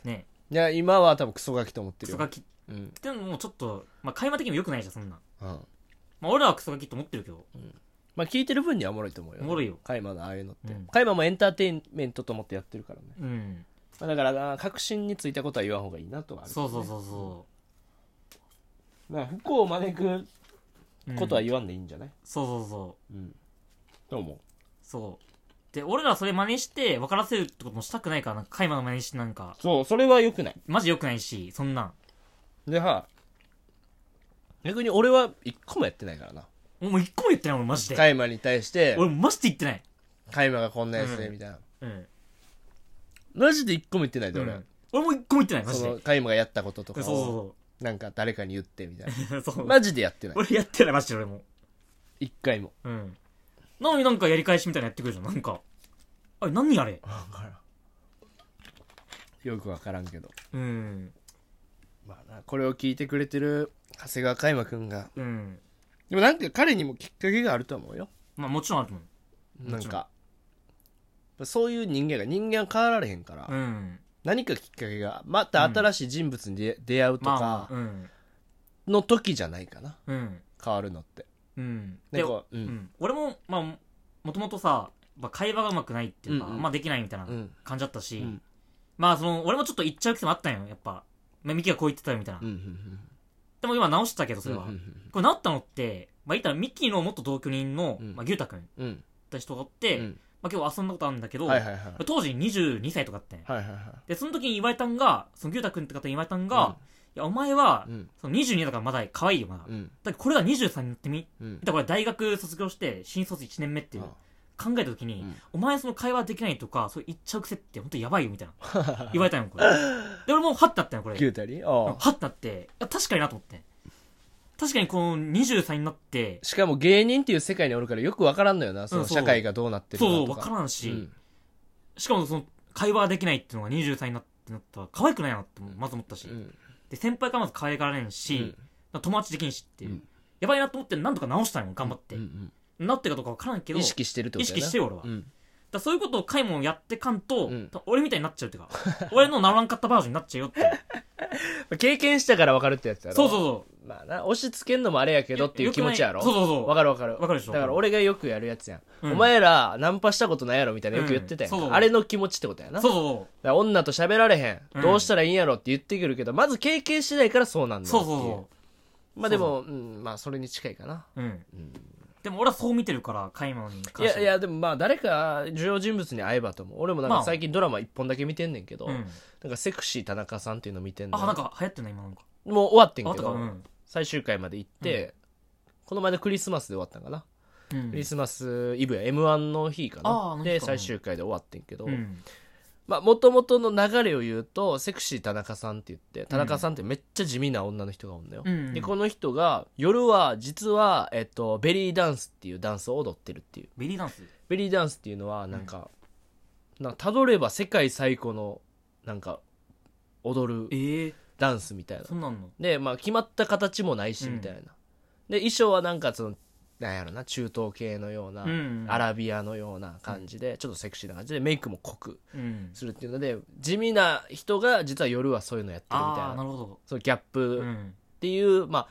[SPEAKER 2] ね
[SPEAKER 1] いや今は多分クソガキと思って
[SPEAKER 2] ク
[SPEAKER 1] る
[SPEAKER 2] ソ
[SPEAKER 1] よ
[SPEAKER 2] ガキっ
[SPEAKER 1] うん
[SPEAKER 2] てのもちょっとまあ会話的にも良くないじゃんそんなん
[SPEAKER 1] うん
[SPEAKER 2] まあ俺らはクソガキって思ってるけど
[SPEAKER 1] まあ聞いてる分にはおもろいと思うよ
[SPEAKER 2] おもろいよ
[SPEAKER 1] カイマのああいうのって
[SPEAKER 2] うん
[SPEAKER 1] カイマもエンターテインメントと思ってやってるからね
[SPEAKER 2] うん
[SPEAKER 1] まあだからあ確信についたことは言わん方がいいなとはある
[SPEAKER 2] そうそうそうそ
[SPEAKER 1] まあ不幸を招く
[SPEAKER 2] う、うん
[SPEAKER 1] ことは言わんでいいんじゃない
[SPEAKER 2] そうそうそう
[SPEAKER 1] うんどう思う
[SPEAKER 2] そうで俺らそれ真似して分からせるってこともしたくないからなんかイマの真似してなんか
[SPEAKER 1] そうそれは良くない
[SPEAKER 2] マジ良くないしそんなん
[SPEAKER 1] では逆に俺は一個もやってないからな
[SPEAKER 2] もう一個も言ってない俺マジで
[SPEAKER 1] カイマに対して
[SPEAKER 2] 俺マジで言ってない
[SPEAKER 1] カイマがこんなやつでみたいな、
[SPEAKER 2] うん、
[SPEAKER 1] マジで一個も言ってないで
[SPEAKER 2] う
[SPEAKER 1] 俺、
[SPEAKER 2] ん、俺も一個も言ってないマジ
[SPEAKER 1] そ
[SPEAKER 2] で
[SPEAKER 1] のカイマがやったことと
[SPEAKER 2] そう
[SPEAKER 1] かを
[SPEAKER 2] そ
[SPEAKER 1] なんか誰かに言ってみたいう
[SPEAKER 2] そうそ
[SPEAKER 1] な
[SPEAKER 2] う、
[SPEAKER 1] マジでやってない
[SPEAKER 2] 俺やってないマジで俺も
[SPEAKER 1] 一回
[SPEAKER 2] [LAUGHS]
[SPEAKER 1] も
[SPEAKER 2] うんなのになんかやり返しみたいなのやってくるじゃんなんかあれ何あれ
[SPEAKER 1] 分からんよくわからんけど
[SPEAKER 2] うん
[SPEAKER 1] まあなこれを聞いてくれてる長谷川嘉馬くんが
[SPEAKER 2] うん
[SPEAKER 1] でもなんか彼にもきっかけがあると思うよ
[SPEAKER 2] まあもちろんあると思
[SPEAKER 1] なん
[SPEAKER 2] もちろ
[SPEAKER 1] かそういう人間が人間は変わられへんから、
[SPEAKER 2] ううん
[SPEAKER 1] 何かきっかけがまた新しい人物に出出会うと
[SPEAKER 2] まあま
[SPEAKER 1] か
[SPEAKER 2] あうん
[SPEAKER 1] の時じゃないかな
[SPEAKER 2] うん
[SPEAKER 1] 変わるのって
[SPEAKER 2] うん
[SPEAKER 1] な
[SPEAKER 2] で
[SPEAKER 1] んかう
[SPEAKER 2] うんん俺もまあもともとさまあ会話がうまくないっていうか、
[SPEAKER 1] うんうん
[SPEAKER 2] まあできないみたいな
[SPEAKER 1] うん
[SPEAKER 2] 感じだったし、
[SPEAKER 1] うん
[SPEAKER 2] まあその俺もちょっと言っちゃう癖もあったんよやっぱまあミキがこう言ってたよみたいな、
[SPEAKER 1] うんうん
[SPEAKER 2] でも今直したけどそれは、
[SPEAKER 1] うん
[SPEAKER 2] これ直ったのってまあ言ったらミキの元同居人の、
[SPEAKER 1] うん
[SPEAKER 2] まあ、牛太君っ
[SPEAKER 1] うんうん
[SPEAKER 2] て人がおっ
[SPEAKER 1] う
[SPEAKER 2] て、
[SPEAKER 1] ん
[SPEAKER 2] まあ、今日遊んだことあるんだけ
[SPEAKER 1] う
[SPEAKER 2] ど、
[SPEAKER 1] んはいはいはい
[SPEAKER 2] まあ当時22歳とかあってん、
[SPEAKER 1] はいはいはい
[SPEAKER 2] でその時に言われたんがその牛太君って方に言われたん
[SPEAKER 1] うん
[SPEAKER 2] が、いやお前は、
[SPEAKER 1] うん
[SPEAKER 2] その22だからまだ可愛いよな、だ
[SPEAKER 1] うん
[SPEAKER 2] からこれが23になってみ
[SPEAKER 1] うん
[SPEAKER 2] だからこれ大学卒業して新卒1年目っていう
[SPEAKER 1] あ
[SPEAKER 2] 考えた時に、
[SPEAKER 1] うん
[SPEAKER 2] お前その会話できないとかそう言っちゃう癖って本当やばいよみたいな
[SPEAKER 1] [LAUGHS]
[SPEAKER 2] 言われたんよこれで俺もうハッてなったんよこれ
[SPEAKER 1] 牛太に
[SPEAKER 2] うん
[SPEAKER 1] ああ
[SPEAKER 2] ハッてなっていや確かになと思って確かにこの20歳になって
[SPEAKER 1] しかも芸人っていう世界におるからよくわからんのよなその
[SPEAKER 2] そう
[SPEAKER 1] 社会がどうなってるか
[SPEAKER 2] そう
[SPEAKER 1] と
[SPEAKER 2] 分
[SPEAKER 1] か
[SPEAKER 2] からんし、
[SPEAKER 1] うん
[SPEAKER 2] しかもその会話できないっていうのが20歳になってなったら可愛くないなってまず思ったし、
[SPEAKER 1] うん
[SPEAKER 2] で先輩からまず可愛がられんし、友達できんしっていう、
[SPEAKER 1] うん
[SPEAKER 2] やばいなと思ってなんとか直したんよ頑張って、
[SPEAKER 1] うん
[SPEAKER 2] なってるかどうか分からんけ
[SPEAKER 1] う
[SPEAKER 2] ど
[SPEAKER 1] ん意識してるってことやな
[SPEAKER 2] 意識してよ俺は
[SPEAKER 1] うん
[SPEAKER 2] だからそういうことをカイもやってかんと、
[SPEAKER 1] うん
[SPEAKER 2] 多分俺みたいになっちゃうっていうか [LAUGHS] 俺のならんかったバージョンになっちゃうよっていう
[SPEAKER 1] 経験したからわかるってやつやろ
[SPEAKER 2] そうそうそう
[SPEAKER 1] まあな押し付けんのもあれやけどっていう気持ちやろ
[SPEAKER 2] よくないそうそうそう
[SPEAKER 1] わかるわかる
[SPEAKER 2] わかるでしょ
[SPEAKER 1] だから俺がよくやるやつやん、
[SPEAKER 2] うん
[SPEAKER 1] お前らナンパしたことないやろみたいなよく言ってたやんか、
[SPEAKER 2] うんそう
[SPEAKER 1] あれの気持ちってことやな
[SPEAKER 2] そう
[SPEAKER 1] だか
[SPEAKER 2] そ
[SPEAKER 1] ら女と喋られへん、
[SPEAKER 2] うん
[SPEAKER 1] どうしたらいいんやろって言ってくるけどまず経験しないからそうなん
[SPEAKER 2] う
[SPEAKER 1] だ
[SPEAKER 2] そ
[SPEAKER 1] よ
[SPEAKER 2] う
[SPEAKER 1] ってい
[SPEAKER 2] そうそ
[SPEAKER 1] まあでもうんまあそれに近いかな
[SPEAKER 2] ううん、でも俺はそう見てるからカイマに
[SPEAKER 1] い
[SPEAKER 2] 関し
[SPEAKER 1] や
[SPEAKER 2] て
[SPEAKER 1] いやでもまあ誰か重要人物に会えばと思う俺もなん
[SPEAKER 2] ま
[SPEAKER 1] か
[SPEAKER 2] あ
[SPEAKER 1] 最近ドラマ一本だけ見てんねんけど、
[SPEAKER 2] うん、
[SPEAKER 1] なんかセクシー田中さんっていうの見てんの
[SPEAKER 2] あなんか流行ってんな今なんか
[SPEAKER 1] もう終わってん
[SPEAKER 2] あっ
[SPEAKER 1] け
[SPEAKER 2] たか
[SPEAKER 1] ど、
[SPEAKER 2] うん、
[SPEAKER 1] 最終回まで行って、この前のクリスマスで終わったんかな
[SPEAKER 2] うん
[SPEAKER 1] クリスマスイブや m 1の日か
[SPEAKER 2] あーあ
[SPEAKER 1] な
[SPEAKER 2] の日
[SPEAKER 1] で
[SPEAKER 2] かな
[SPEAKER 1] 最終回で終わってんけど
[SPEAKER 2] うん
[SPEAKER 1] まあもともとの流れを言うとセクシー田中さんって言って田中さんってめっちゃ地味な女の人がおんのよ、
[SPEAKER 2] うん
[SPEAKER 1] でこの人が夜は実は、えっと、ベリーダンスっていうダンスを踊ってるっていう
[SPEAKER 2] ベリーダンス
[SPEAKER 1] ベリーダンスっていうのはなんか、なんかたどれば世界最古のなんか踊る
[SPEAKER 2] ええ
[SPEAKER 1] ダンスみたいな
[SPEAKER 2] そんなんの
[SPEAKER 1] で、まあ、決まった形もないし
[SPEAKER 2] うん
[SPEAKER 1] みたいな、で衣装はなんかそのなんやろな中東系のような、
[SPEAKER 2] うん
[SPEAKER 1] アラビアのような感じで、ちょっとセクシーな感じでメイクも濃く
[SPEAKER 2] うん
[SPEAKER 1] するっていうので地味な人が実は夜はそういうのやってるみたい
[SPEAKER 2] ああ
[SPEAKER 1] な
[SPEAKER 2] なるほど
[SPEAKER 1] そのギャップ
[SPEAKER 2] う
[SPEAKER 1] っ
[SPEAKER 2] ん
[SPEAKER 1] ていう、まあ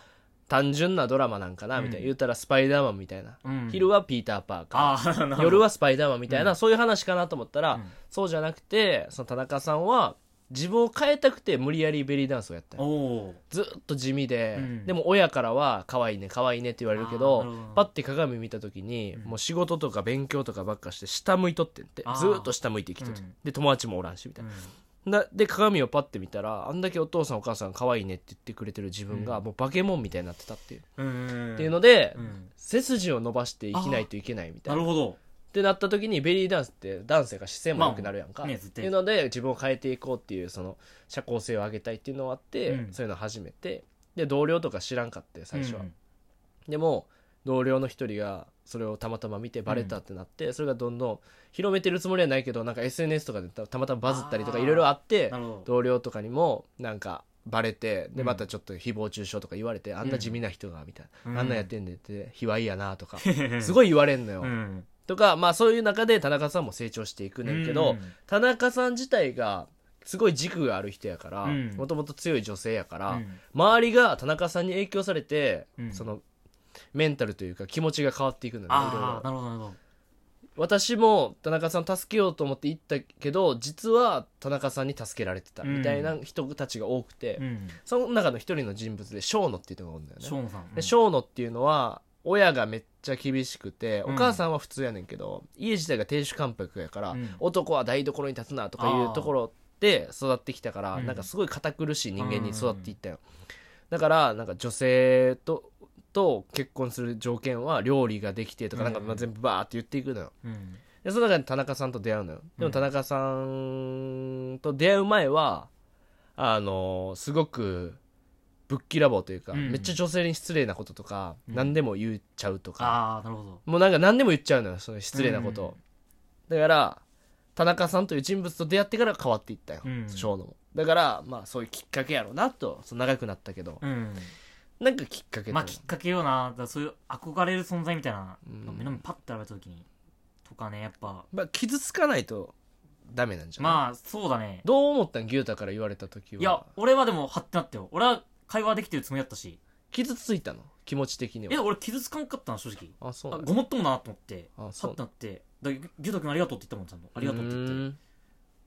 [SPEAKER 1] 単純なドラマなんかなみたいな、
[SPEAKER 2] うん
[SPEAKER 1] 言うたらスパイダーマンみたいな、
[SPEAKER 2] うん
[SPEAKER 1] 昼はピーター・パーカー
[SPEAKER 2] ああなるほど
[SPEAKER 1] 夜はスパイダーマンみたいな、
[SPEAKER 2] う
[SPEAKER 1] そういう話かなと思ったら、
[SPEAKER 2] うん
[SPEAKER 1] そうじゃなくてその田中さんは自分を変えたくて無理やりベリーダンスをやったの
[SPEAKER 2] おお
[SPEAKER 1] ずっと地味で、
[SPEAKER 2] うん
[SPEAKER 1] でも親からは可愛いね可愛いねって言われるけ
[SPEAKER 2] あーな
[SPEAKER 1] ど
[SPEAKER 2] るほど
[SPEAKER 1] パッて鏡見た時に、もう仕事とか勉強とかばっかして下向いとってんって
[SPEAKER 2] あー
[SPEAKER 1] ずーっと下向いてきてて、
[SPEAKER 2] うん
[SPEAKER 1] で友達もおらんしみたいな、なで鏡をパッて見たらあんだけお父さんお母さん可愛いねって言ってくれてる自分が、
[SPEAKER 2] うん
[SPEAKER 1] もう化け物みたいになってたっていう、
[SPEAKER 2] うん
[SPEAKER 1] っていうので、
[SPEAKER 2] うん
[SPEAKER 1] 背筋を伸ばして生きないといけないみたい
[SPEAKER 2] な
[SPEAKER 1] な
[SPEAKER 2] るほど
[SPEAKER 1] ってなった時にベリーダンスって男性が姿勢も良くなるやんか、
[SPEAKER 2] まあね
[SPEAKER 1] っ
[SPEAKER 2] 絶
[SPEAKER 1] て
[SPEAKER 2] 対
[SPEAKER 1] いうので自分を変えていこうっていうその社交性を上げたいっていうのがあって、
[SPEAKER 2] うん
[SPEAKER 1] そういうのを始めてで同僚とか知らんかって最初は、
[SPEAKER 2] うん
[SPEAKER 1] でも同僚の一人がそれをたまたま見てバレたってなって、それがどんどん広めてるつもりはないけどなんか SNS とかでたまたまバズったりとか
[SPEAKER 2] あー
[SPEAKER 1] いろいろあって
[SPEAKER 2] なるほど
[SPEAKER 1] 同僚とかにもなんかバレて
[SPEAKER 2] う
[SPEAKER 1] で
[SPEAKER 2] ん
[SPEAKER 1] またちょっと誹謗中傷とか言われて、あんな地味な人がみたいな、
[SPEAKER 2] うん
[SPEAKER 1] あんなんやってんねんって卑猥やなとかす
[SPEAKER 2] い
[SPEAKER 1] ごい言われんのよ、
[SPEAKER 2] うん
[SPEAKER 1] とか、まあそういう中で田中さんも成長していくねんけど、
[SPEAKER 2] うん
[SPEAKER 1] 田中さん自体がすごい軸がある人やから、
[SPEAKER 2] うん
[SPEAKER 1] もともと強い女性やから、
[SPEAKER 2] うん
[SPEAKER 1] 周りが田中さんに影響されて、
[SPEAKER 2] うん
[SPEAKER 1] その、メンタルというか気持ちが変わっていくんだね、いろい
[SPEAKER 2] あ
[SPEAKER 1] ろ
[SPEAKER 2] あなるほどなるほど
[SPEAKER 1] 私も田中さん助けようと思って行ったけど、実は田中さんに助けられてた、みたいな人たちが多くて、
[SPEAKER 2] うん
[SPEAKER 1] その中の一人の人物で、生野っていうのがおるんだよね。
[SPEAKER 2] 生野さん
[SPEAKER 1] で生野っていうのは親がめっちゃ厳しくてお母さんは普通やねんけど、家自体が亭主関白やから、
[SPEAKER 2] うん
[SPEAKER 1] 男は台所に立つなとかいうところで育ってきたから、
[SPEAKER 2] うん
[SPEAKER 1] なんかすごい堅苦しい人間に育っていったよ、だからなんか女性とと結婚する条件は料理ができてとか、
[SPEAKER 2] うん
[SPEAKER 1] なんか全部バーって言っていくのよ
[SPEAKER 2] うん
[SPEAKER 1] でその中で田中さんと出会うのよでも田中さんと出会う前はあのすごくぶっきらぼうというか、
[SPEAKER 2] うん
[SPEAKER 1] めっちゃ女性に失礼なこととか、
[SPEAKER 2] うん
[SPEAKER 1] 何でも言っちゃうとか
[SPEAKER 2] ああなるほど
[SPEAKER 1] もうなんか何でも言っちゃうのよその失礼なことを、だから田中さんという人物と出会ってから変わっていったよ、
[SPEAKER 2] うん
[SPEAKER 1] 生野もだからまあそういうきっかけやろうなとそう長くなったけど
[SPEAKER 2] うん
[SPEAKER 1] なんかきっかけと
[SPEAKER 2] まあきっかけよなだからそういう憧れる存在みたいな
[SPEAKER 1] う
[SPEAKER 2] の
[SPEAKER 1] ん
[SPEAKER 2] 目の前にパッて現れた時にとかねやっぱ
[SPEAKER 1] まあ、傷つかないとダメなんじゃない、
[SPEAKER 2] まあそうだね
[SPEAKER 1] どう思ったん牛太から言われた時はい
[SPEAKER 2] や俺はでもはってなったよ俺は会話できてるつもりだったし
[SPEAKER 1] 傷ついたの気持ち的に
[SPEAKER 2] え
[SPEAKER 1] は
[SPEAKER 2] 俺傷つかんかったな正直
[SPEAKER 1] あそう
[SPEAKER 2] あ
[SPEAKER 1] なんだ
[SPEAKER 2] ごもっともだなと思って
[SPEAKER 1] あ
[SPEAKER 2] は
[SPEAKER 1] そ
[SPEAKER 2] っ
[SPEAKER 1] う
[SPEAKER 2] てなってだから牛太君ありがとうって言ったもんちゃんとありがとうって言って
[SPEAKER 1] ーん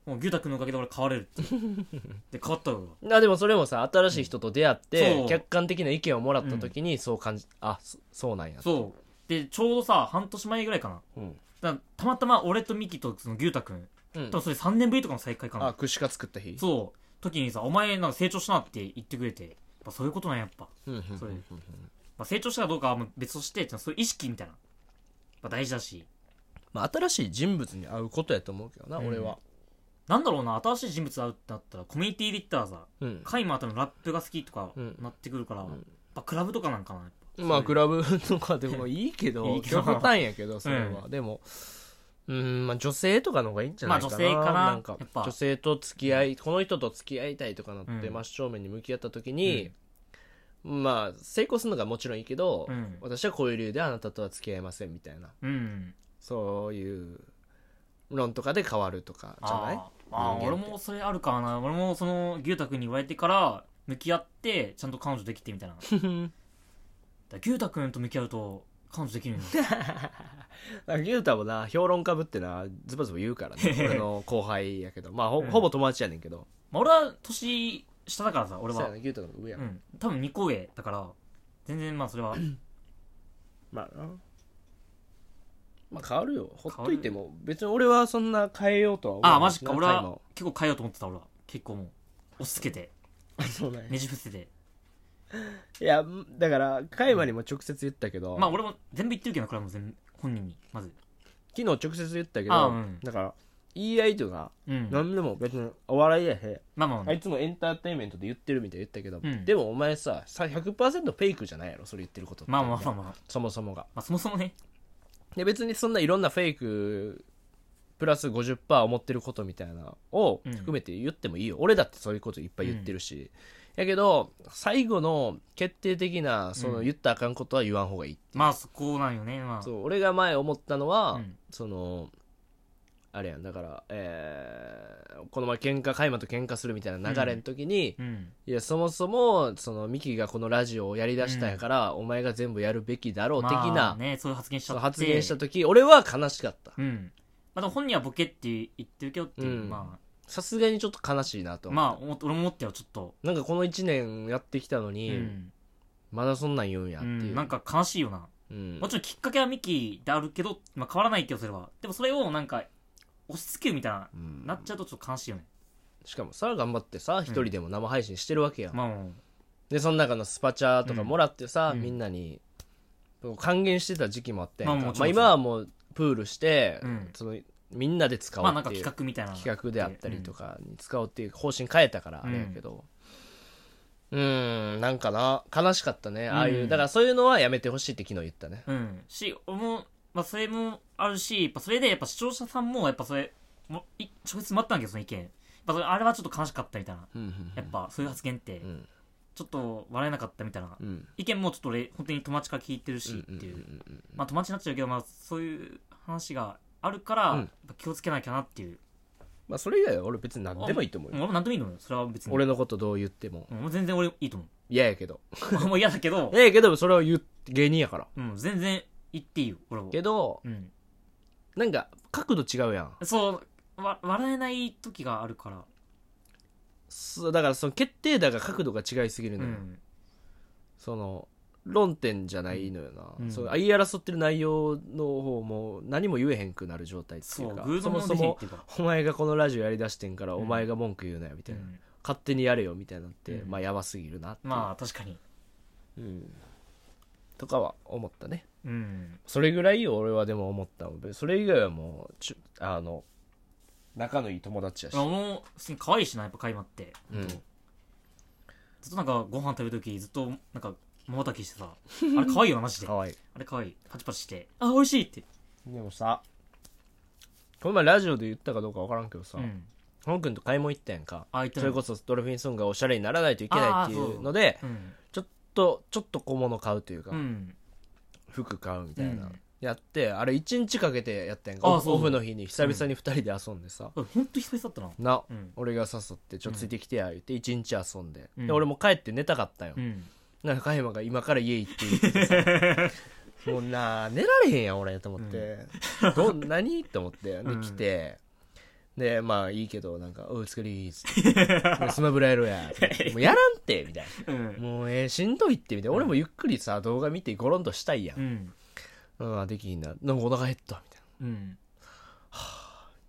[SPEAKER 2] もう牛太君のおかげで俺変われ
[SPEAKER 1] [LAUGHS]
[SPEAKER 2] るっていうで変わったよ俺は
[SPEAKER 1] あでもそれもさ新しい人と出会って、
[SPEAKER 2] そう
[SPEAKER 1] 客観的な意見をもらった時にそう感じ、あそそうなんや
[SPEAKER 2] そうでちょうどさ半年前ぐらいかな
[SPEAKER 1] うん、
[SPEAKER 2] だからたまたま俺とミキとその牛太君
[SPEAKER 1] うん
[SPEAKER 2] 多分それ3年ぶりとかの再会かな
[SPEAKER 1] あ串カツ食った日
[SPEAKER 2] そう時にさお前なんか成長したなって言ってくれてやっぱそういうことなんややっぱ、
[SPEAKER 1] うんうんうんうん
[SPEAKER 2] それまあ、成長したかどうかはもう別としてそういう意識みたいなやっぱ大事だし
[SPEAKER 1] まあ、新しい人物に会うことやと思うけどな、
[SPEAKER 2] うん
[SPEAKER 1] 俺は
[SPEAKER 2] なんだろうな新しい人物会うってなったらコミュニティで言ったらさ
[SPEAKER 1] うん
[SPEAKER 2] カイマーとのラップが好きとか
[SPEAKER 1] うん
[SPEAKER 2] なってくるから、
[SPEAKER 1] ん
[SPEAKER 2] やっぱクラブとかなんかなやっぱ
[SPEAKER 1] まあ
[SPEAKER 2] そうい
[SPEAKER 1] クラブとかでもいいけど
[SPEAKER 2] [LAUGHS] いいけど
[SPEAKER 1] 極端やけどそれは、でもうんまあ女性とかの方がいいんじゃないかな,、
[SPEAKER 2] まあ女性かなん
[SPEAKER 1] か
[SPEAKER 2] やっぱ
[SPEAKER 1] 女性と付き合いこの人と付き合いたいとかなって
[SPEAKER 2] うん
[SPEAKER 1] 真正面に向き合った時に、まあ成功するのがもちろんいいけど、
[SPEAKER 2] うん
[SPEAKER 1] 私はこういう理由であなたとは付き合いませんみたいな
[SPEAKER 2] ううん
[SPEAKER 1] そういう論とかで変わるとかじゃない
[SPEAKER 2] あーあー
[SPEAKER 1] 人間
[SPEAKER 2] 俺
[SPEAKER 1] って
[SPEAKER 2] もそれあるからな俺もその牛太君に言われてから向き合ってちゃんと彼女できて
[SPEAKER 1] [LAUGHS]
[SPEAKER 2] みたいなだから牛太君と向き合うと彼女できるんよ
[SPEAKER 1] [LAUGHS] なんかゆうたもな評論家ぶってなズバズバ言うから
[SPEAKER 2] [LAUGHS]
[SPEAKER 1] ね俺の後輩やけどまあほ,、ほぼ友達やねんけど
[SPEAKER 2] まあ俺は年下だからさ俺
[SPEAKER 1] そう
[SPEAKER 2] は
[SPEAKER 1] やなゆうたの方が上や
[SPEAKER 2] う
[SPEAKER 1] もん、
[SPEAKER 2] ん、多分2個上だから全然まあ
[SPEAKER 1] [LAUGHS]
[SPEAKER 2] それは
[SPEAKER 1] まあなまあ変わるよほっといても別に俺はそんな変えようとは思わ
[SPEAKER 2] あ
[SPEAKER 1] な
[SPEAKER 2] あ
[SPEAKER 1] い
[SPEAKER 2] マジか
[SPEAKER 1] な
[SPEAKER 2] 俺
[SPEAKER 1] タイマー
[SPEAKER 2] は
[SPEAKER 1] を
[SPEAKER 2] 結構変えようと思ってた俺は結構もう押し付けて
[SPEAKER 1] [LAUGHS] そうなんや
[SPEAKER 2] ねじ伏せて
[SPEAKER 1] いやだから海馬にも直接言ったけど、
[SPEAKER 2] まあ俺も全部言ってるけどこれはもう全部本人にまず
[SPEAKER 1] 昨日直接言ったけど、
[SPEAKER 2] あうん
[SPEAKER 1] だから言い合いとか
[SPEAKER 2] うんまあ
[SPEAKER 1] 何でも別にお笑いやへ、
[SPEAKER 2] まあまあ、
[SPEAKER 1] あいつもエンターテインメントで言ってるみたいに言ったけど、
[SPEAKER 2] うん
[SPEAKER 1] でもお前ささ100%フェイクじゃないやろそれ言ってることって
[SPEAKER 2] まあまあまあまあ、ま
[SPEAKER 1] そもそもが
[SPEAKER 2] あ、そもそもね
[SPEAKER 1] で別にそんないろんなフェイクプラス50%思ってることみたいなのを
[SPEAKER 2] うん
[SPEAKER 1] 含めて言ってもいいよ、俺だってそういうこといっぱい言ってるし、やけど最後の決定的なそうの
[SPEAKER 2] ん
[SPEAKER 1] 言ったらあかんことは言わん方がいい、
[SPEAKER 2] まあそこなんよねまあ
[SPEAKER 1] そう俺が前思ったのは、
[SPEAKER 2] うん
[SPEAKER 1] そのあれやんだから、えーこの前喧嘩カイマと喧嘩するみたいな流れの時に、
[SPEAKER 2] うん
[SPEAKER 1] いやそもそもそのミキがこのラジオをやりだしたんやから、お前が全部やるべきだろう的な、
[SPEAKER 2] まあねそういう発言しちゃ
[SPEAKER 1] その
[SPEAKER 2] って
[SPEAKER 1] 発言した時俺は悲しかった
[SPEAKER 2] うんまあでも本人はボケって言ってるけどっていう、
[SPEAKER 1] うん
[SPEAKER 2] ま
[SPEAKER 1] さすがにちょっと悲しいな
[SPEAKER 2] あ
[SPEAKER 1] と、
[SPEAKER 2] まあお俺も思ったよちょっと
[SPEAKER 1] なんかこの1年やってきたの
[SPEAKER 2] う
[SPEAKER 1] に、
[SPEAKER 2] ん、
[SPEAKER 1] まだそんなん言うんやっ
[SPEAKER 2] う
[SPEAKER 1] ていう、
[SPEAKER 2] ん、なんか悲しいよな
[SPEAKER 1] うん
[SPEAKER 2] もちろんきっかけはミキであるけど、まあ、変わらないけどそれはでもそれをなんか押し付けるみたいな、
[SPEAKER 1] うん
[SPEAKER 2] なっちゃうとちょっと悲しいよね
[SPEAKER 1] しかもさ頑張ってさ一人でも生配信してるわけや、
[SPEAKER 2] まあも
[SPEAKER 1] でその中のスパチャとかもらってさ、
[SPEAKER 2] うん
[SPEAKER 1] みんなに還元してた時期もあって、
[SPEAKER 2] まあ
[SPEAKER 1] ま
[SPEAKER 2] も
[SPEAKER 1] あ
[SPEAKER 2] ちろん
[SPEAKER 1] 今はもうプールして、
[SPEAKER 2] うん
[SPEAKER 1] そのみんなで使
[SPEAKER 2] う
[SPEAKER 1] おう
[SPEAKER 2] まあな
[SPEAKER 1] っ
[SPEAKER 2] んか
[SPEAKER 1] ていう
[SPEAKER 2] 企画みたいな
[SPEAKER 1] 企画であったりとかに使おうっていう方針変えたから
[SPEAKER 2] うん
[SPEAKER 1] あれやけどうーんなんかな悲しかったねああいう、
[SPEAKER 2] うん
[SPEAKER 1] だからそういうのはやめてほしいって昨日言ったね
[SPEAKER 2] うん、うんし俺も、まあ、それもあるしやっぱそれでやっぱ視聴者さんもやっぱそれもい直接待ったんだけどその意見やっぱそれあれはちょっと悲しかったみたいなやっぱそういう発言って
[SPEAKER 1] うん
[SPEAKER 2] ちょっと笑えなかったみたいな
[SPEAKER 1] うん
[SPEAKER 2] 意見もちょっと俺本当に友達から聞いてるしっていう,、
[SPEAKER 1] んうん
[SPEAKER 2] まあ友達になっちゃうけど、まあ、そういう話があるから、
[SPEAKER 1] うん
[SPEAKER 2] やっぱ気をつけなきゃなっていう
[SPEAKER 1] まあそれ以外は俺別に何でもいいと思うよ
[SPEAKER 2] 俺も何でもいいのよそれは別に
[SPEAKER 1] 俺のことどう言っても
[SPEAKER 2] うん、もう全然俺いいと思
[SPEAKER 1] [LAUGHS] 嫌やけど
[SPEAKER 2] う。まあもう嫌だけど、
[SPEAKER 1] 嫌やけどそれを言う芸人やから
[SPEAKER 2] うん、全然言っていいよ、俺は。
[SPEAKER 1] けど
[SPEAKER 2] うん。
[SPEAKER 1] なんか角度違うやん
[SPEAKER 2] そう、わ、笑えない時があるから。
[SPEAKER 1] そうだからその決定打が角度が違いすぎる
[SPEAKER 2] う
[SPEAKER 1] のよ、
[SPEAKER 2] ん。
[SPEAKER 1] その論点じゃないのよな、
[SPEAKER 2] うん
[SPEAKER 1] その言い争ってる内容の方も何も言えへんくなる状態ってい
[SPEAKER 2] そうう、
[SPEAKER 1] か
[SPEAKER 2] 偶然
[SPEAKER 1] そ
[SPEAKER 2] も
[SPEAKER 1] も
[SPEAKER 2] で
[SPEAKER 1] そ
[SPEAKER 2] きるっ
[SPEAKER 1] も
[SPEAKER 2] ていうか。
[SPEAKER 1] お前がこのラジオやりだしてんから
[SPEAKER 2] ん
[SPEAKER 1] お前が文句言うなよみ
[SPEAKER 2] う
[SPEAKER 1] たいな、
[SPEAKER 2] ん、
[SPEAKER 1] 勝手にやれよみたいなって、
[SPEAKER 2] うん
[SPEAKER 1] まあやばすぎるなっていう、
[SPEAKER 2] まあ、確かに。
[SPEAKER 1] うんとかは思ったね
[SPEAKER 2] うん。
[SPEAKER 1] それぐらいよ俺はでも思ったそれ以外はもうちゅあの仲のいい友達やし、
[SPEAKER 2] 俺も、普通に可愛いしな、やっぱ会話って。
[SPEAKER 1] うん
[SPEAKER 2] ずっとなんか、ご飯食べる時ずっと、なんか、瞬きし
[SPEAKER 1] [LAUGHS]
[SPEAKER 2] てさ。あれ可愛いよな、マジで。
[SPEAKER 1] か
[SPEAKER 2] あ
[SPEAKER 1] わいい
[SPEAKER 2] れ可愛い。パチパチして。あ、美味しいって。
[SPEAKER 1] でもさこの前ラジオで言ったかどうか分からんけどさ、
[SPEAKER 2] うん。
[SPEAKER 1] 本君と買い物行ったやんか
[SPEAKER 2] あ、言った
[SPEAKER 1] それこそドルフィンソングがおしゃれにならないといけないっていうので
[SPEAKER 2] うん。
[SPEAKER 1] ちょっとちょっと小物買うというか、
[SPEAKER 2] うん。
[SPEAKER 1] 服買うみたいな、
[SPEAKER 2] うん
[SPEAKER 1] やってあれ1日かけてやったやんか
[SPEAKER 2] あ
[SPEAKER 1] オ
[SPEAKER 2] あ
[SPEAKER 1] フ
[SPEAKER 2] そう
[SPEAKER 1] オフの日に久々に2人で遊んでさ、
[SPEAKER 2] あほんと久々だったな。
[SPEAKER 1] な、
[SPEAKER 2] うん。
[SPEAKER 1] 俺が誘ってちょっとついてきてや言って1日遊んで,、
[SPEAKER 2] うん
[SPEAKER 1] で俺も帰って寝たかったよ、
[SPEAKER 2] うん。
[SPEAKER 1] なんか加山が今から家行って言って
[SPEAKER 2] [LAUGHS]
[SPEAKER 1] さもうなあ寝られへんやん俺と思って、どん、何って思ってで
[SPEAKER 2] うん
[SPEAKER 1] 来て、でまあいいけどなんか「おう疲れ
[SPEAKER 2] [LAUGHS]
[SPEAKER 1] っす」って「スマブラやろうや」もうやらんって」みたい
[SPEAKER 2] うん
[SPEAKER 1] な「もうええしんどいって」みたいな俺もゆっくりさ動画見てゴロンとしたいやん
[SPEAKER 2] う、ん。
[SPEAKER 1] うん、あできひんななんかお腹減ったみたいな
[SPEAKER 2] うん。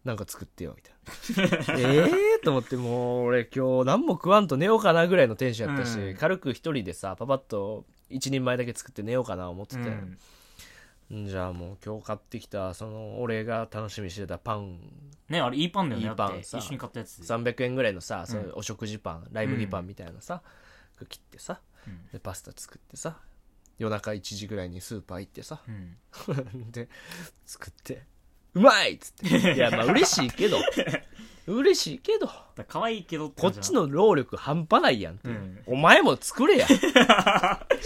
[SPEAKER 1] なんか作ってよみたいなええと思ってもう俺今日何も食わんと寝ようかなぐらいのテンションやったし、
[SPEAKER 2] うん
[SPEAKER 1] 軽く一人でさパパッと一人前だけ作って寝ようかな思って
[SPEAKER 2] う
[SPEAKER 1] て、
[SPEAKER 2] ん。
[SPEAKER 1] んじゃあもう今日買ってきたその俺が楽しみにしてたパン
[SPEAKER 2] ね、あれ、いいパンだよね。
[SPEAKER 1] いいパン
[SPEAKER 2] だって
[SPEAKER 1] さ
[SPEAKER 2] 一緒に買ったやつ。
[SPEAKER 1] 300円ぐらいのさ、そうのお食事パンライブギパンみたいなさ、切ってさ
[SPEAKER 2] うん
[SPEAKER 1] でパスタ作ってさ夜中1時ぐらいにスーパー行ってさ [LAUGHS]
[SPEAKER 2] うん。
[SPEAKER 1] で作って「うまい!」っつっていやまあ嬉しい
[SPEAKER 2] [LAUGHS]
[SPEAKER 1] けど嬉しいけど
[SPEAKER 2] だから可愛いけどって
[SPEAKER 1] こ
[SPEAKER 2] 感
[SPEAKER 1] っ
[SPEAKER 2] じだな
[SPEAKER 1] ちの労力半端ないやんって、
[SPEAKER 2] うん
[SPEAKER 1] お前も作
[SPEAKER 2] [LAUGHS]
[SPEAKER 1] れや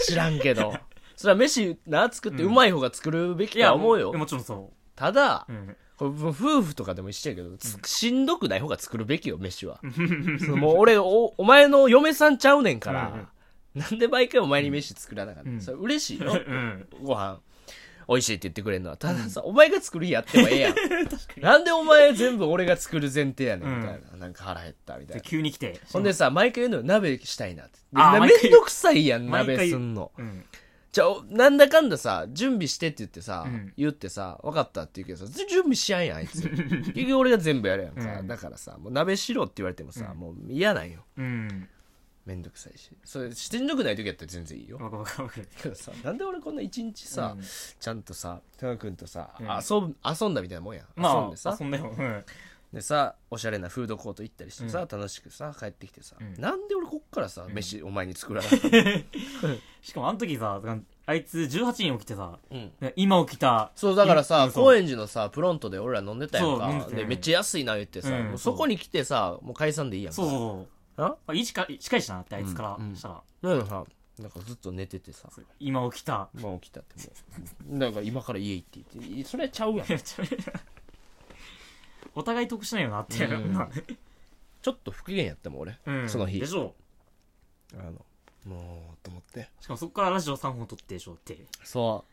[SPEAKER 1] 知らんけどそれは飯な作ってうまい方が作るべき
[SPEAKER 2] い
[SPEAKER 1] とは
[SPEAKER 2] や、
[SPEAKER 1] 思うよ、
[SPEAKER 2] ももちろんそ
[SPEAKER 1] ただ [LAUGHS]
[SPEAKER 2] う。うん。
[SPEAKER 1] これ夫婦とかでも一緒やけど、つしんどくない方が作るべきよ飯はそのもう俺おお前の嫁さんちゃうねんから、
[SPEAKER 2] うん
[SPEAKER 1] なんで毎回お前に飯作らなかった、
[SPEAKER 2] うん
[SPEAKER 1] それ嬉しいよ
[SPEAKER 2] [LAUGHS] うん。
[SPEAKER 1] ご飯美味しいって言ってくれるのはたださ、お前が作る日やってもええ
[SPEAKER 2] [LAUGHS]
[SPEAKER 1] やんなんでお前全部俺が作る前提やねんみたいな、なんか腹減ったみたい
[SPEAKER 2] で
[SPEAKER 1] な
[SPEAKER 2] 急に来て。
[SPEAKER 1] ほんでさ毎回言うのよ鍋したいなって
[SPEAKER 2] あー
[SPEAKER 1] な
[SPEAKER 2] 毎
[SPEAKER 1] め
[SPEAKER 2] 回
[SPEAKER 1] んどくさいやん
[SPEAKER 2] 毎回
[SPEAKER 1] 鍋すんの
[SPEAKER 2] うん。
[SPEAKER 1] じゃあおなんだかんださ準備してって言ってさ、
[SPEAKER 2] うん
[SPEAKER 1] 言ってさ分かったって言うけどさず準備しやんやんあいつ
[SPEAKER 2] [LAUGHS]
[SPEAKER 1] 結局俺が全部やるやんか、
[SPEAKER 2] うん
[SPEAKER 1] だからさもう鍋しろって言われてもさ、
[SPEAKER 2] うん
[SPEAKER 1] もう嫌なんよ
[SPEAKER 2] うん。
[SPEAKER 1] めんどくさいしそれしんどくない時やったら全然いいよ
[SPEAKER 2] わかるわかるわかる。
[SPEAKER 1] けどさなんで俺こんな一日さ、
[SPEAKER 2] うん
[SPEAKER 1] ちゃんとさ田中君とさ、
[SPEAKER 2] うん
[SPEAKER 1] 遊ぶ遊んだみたいなもんやん、
[SPEAKER 2] まあ、
[SPEAKER 1] 遊んでさ
[SPEAKER 2] 遊んだよ。うん。
[SPEAKER 1] でさおしゃれなフードコート行ったりしてさ、楽しくさ帰ってきてさ、
[SPEAKER 2] うん
[SPEAKER 1] なんで俺こっからさ
[SPEAKER 2] ん
[SPEAKER 1] 飯お前に作らなかったの、
[SPEAKER 2] しかもあの時さ、あいつ18人起きてさ、
[SPEAKER 1] うん
[SPEAKER 2] 今起きた。
[SPEAKER 1] そう、だからさ
[SPEAKER 2] う、ん
[SPEAKER 1] 高円寺のさ、プロントで俺ら飲んでたやん
[SPEAKER 2] そう飲んで
[SPEAKER 1] か
[SPEAKER 2] た。よ
[SPEAKER 1] で、めっちゃ安いな言ってさ、
[SPEAKER 2] うん
[SPEAKER 1] もうそこに来てさ、もう解散でいいやんか。
[SPEAKER 2] そうそうそう。
[SPEAKER 1] な
[SPEAKER 2] あいい近い近いしなってあいつか
[SPEAKER 1] うんうん
[SPEAKER 2] らしたら、
[SPEAKER 1] だからさ、なんかずっと寝ててさ、
[SPEAKER 2] 今起きた。 [LAUGHS]
[SPEAKER 1] まあ起きたってもう。なんか今から家行って言って、それちゃうやん。ち
[SPEAKER 2] お互い得しないよ [LAUGHS] なって。
[SPEAKER 1] うんょっと不機嫌やったもん俺、
[SPEAKER 2] うん
[SPEAKER 1] その日
[SPEAKER 2] で。しょ
[SPEAKER 1] あの、もう、と思って。
[SPEAKER 2] しかもそこからラジオ3本
[SPEAKER 1] [LAUGHS]
[SPEAKER 2] 撮ってでしょって。
[SPEAKER 1] そ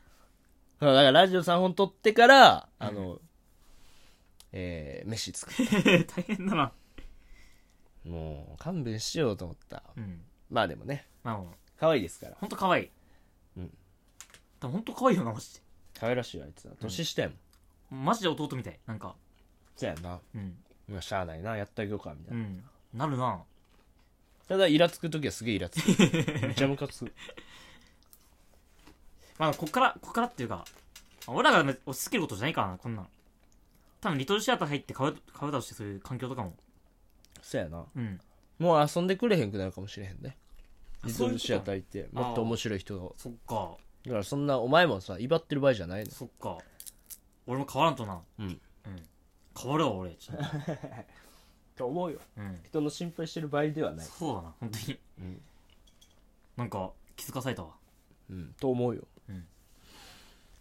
[SPEAKER 1] う。だからラジオ3本撮ってから、あの、えー、飯作る。
[SPEAKER 2] 大変だな。
[SPEAKER 1] もう、勘弁しようと思った。
[SPEAKER 2] うん。
[SPEAKER 1] まあでもね、
[SPEAKER 2] まあまあ、
[SPEAKER 1] 可愛いですから。
[SPEAKER 2] ほんと可愛い。
[SPEAKER 1] うん
[SPEAKER 2] でもほんと可愛いよな、マジで。
[SPEAKER 1] 可愛らしいよあいつは。年下やもん。
[SPEAKER 2] マジで弟みたい。なんか、
[SPEAKER 1] そうやんな。
[SPEAKER 2] うん。
[SPEAKER 1] まあ、しゃあないな、やってあげようか、みたいうな。
[SPEAKER 2] ん。なるな。
[SPEAKER 1] ただ、イラつくときはすげえイラつ [LAUGHS] く。めっちゃムカつく。
[SPEAKER 2] まあ、こっから、こっからっていうか、あ俺らが押し付けることじゃないからな、こんなん。多分、リトルシアター入って顔顔出してそういう環境とかも。
[SPEAKER 1] そやな。
[SPEAKER 2] うん。
[SPEAKER 1] もう遊んでくれへんくなるかもしれへんね。
[SPEAKER 2] あ
[SPEAKER 1] リトルシアタ
[SPEAKER 2] そういうことか
[SPEAKER 1] ー行って、もっと面白い人が。
[SPEAKER 2] そっか、
[SPEAKER 1] だから、そんな、お前もさ、威張ってる場合じゃないの。
[SPEAKER 2] そっか。俺も変わらんとな。
[SPEAKER 1] うん
[SPEAKER 2] 変わるわ、俺。ちょっと
[SPEAKER 1] と思うよ。
[SPEAKER 2] うん。
[SPEAKER 1] 人の心配してる場合ではな。
[SPEAKER 2] そうだな、本当に。
[SPEAKER 1] うん
[SPEAKER 2] なんか、気づかされたわ。
[SPEAKER 1] うん、と思うよ。
[SPEAKER 2] うん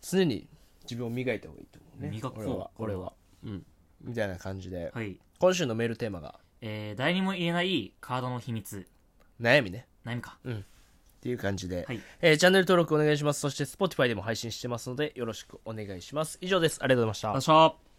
[SPEAKER 1] 常に自分を磨いた方がいいと思うね。
[SPEAKER 2] 磨こう
[SPEAKER 1] 俺は。俺は。うん。みたいな感じで、
[SPEAKER 2] はい。
[SPEAKER 1] 今週のメールテーマが、
[SPEAKER 2] えー、誰にも言えないカードの秘密。
[SPEAKER 1] 悩みね。
[SPEAKER 2] 悩みか。
[SPEAKER 1] っていう感じで、
[SPEAKER 2] はい
[SPEAKER 1] えーチャンネル登録お願いします。そして Spotify でも配信してますので、よろしくお願いします。以上です。ありがとうございました
[SPEAKER 2] よっ。しゃー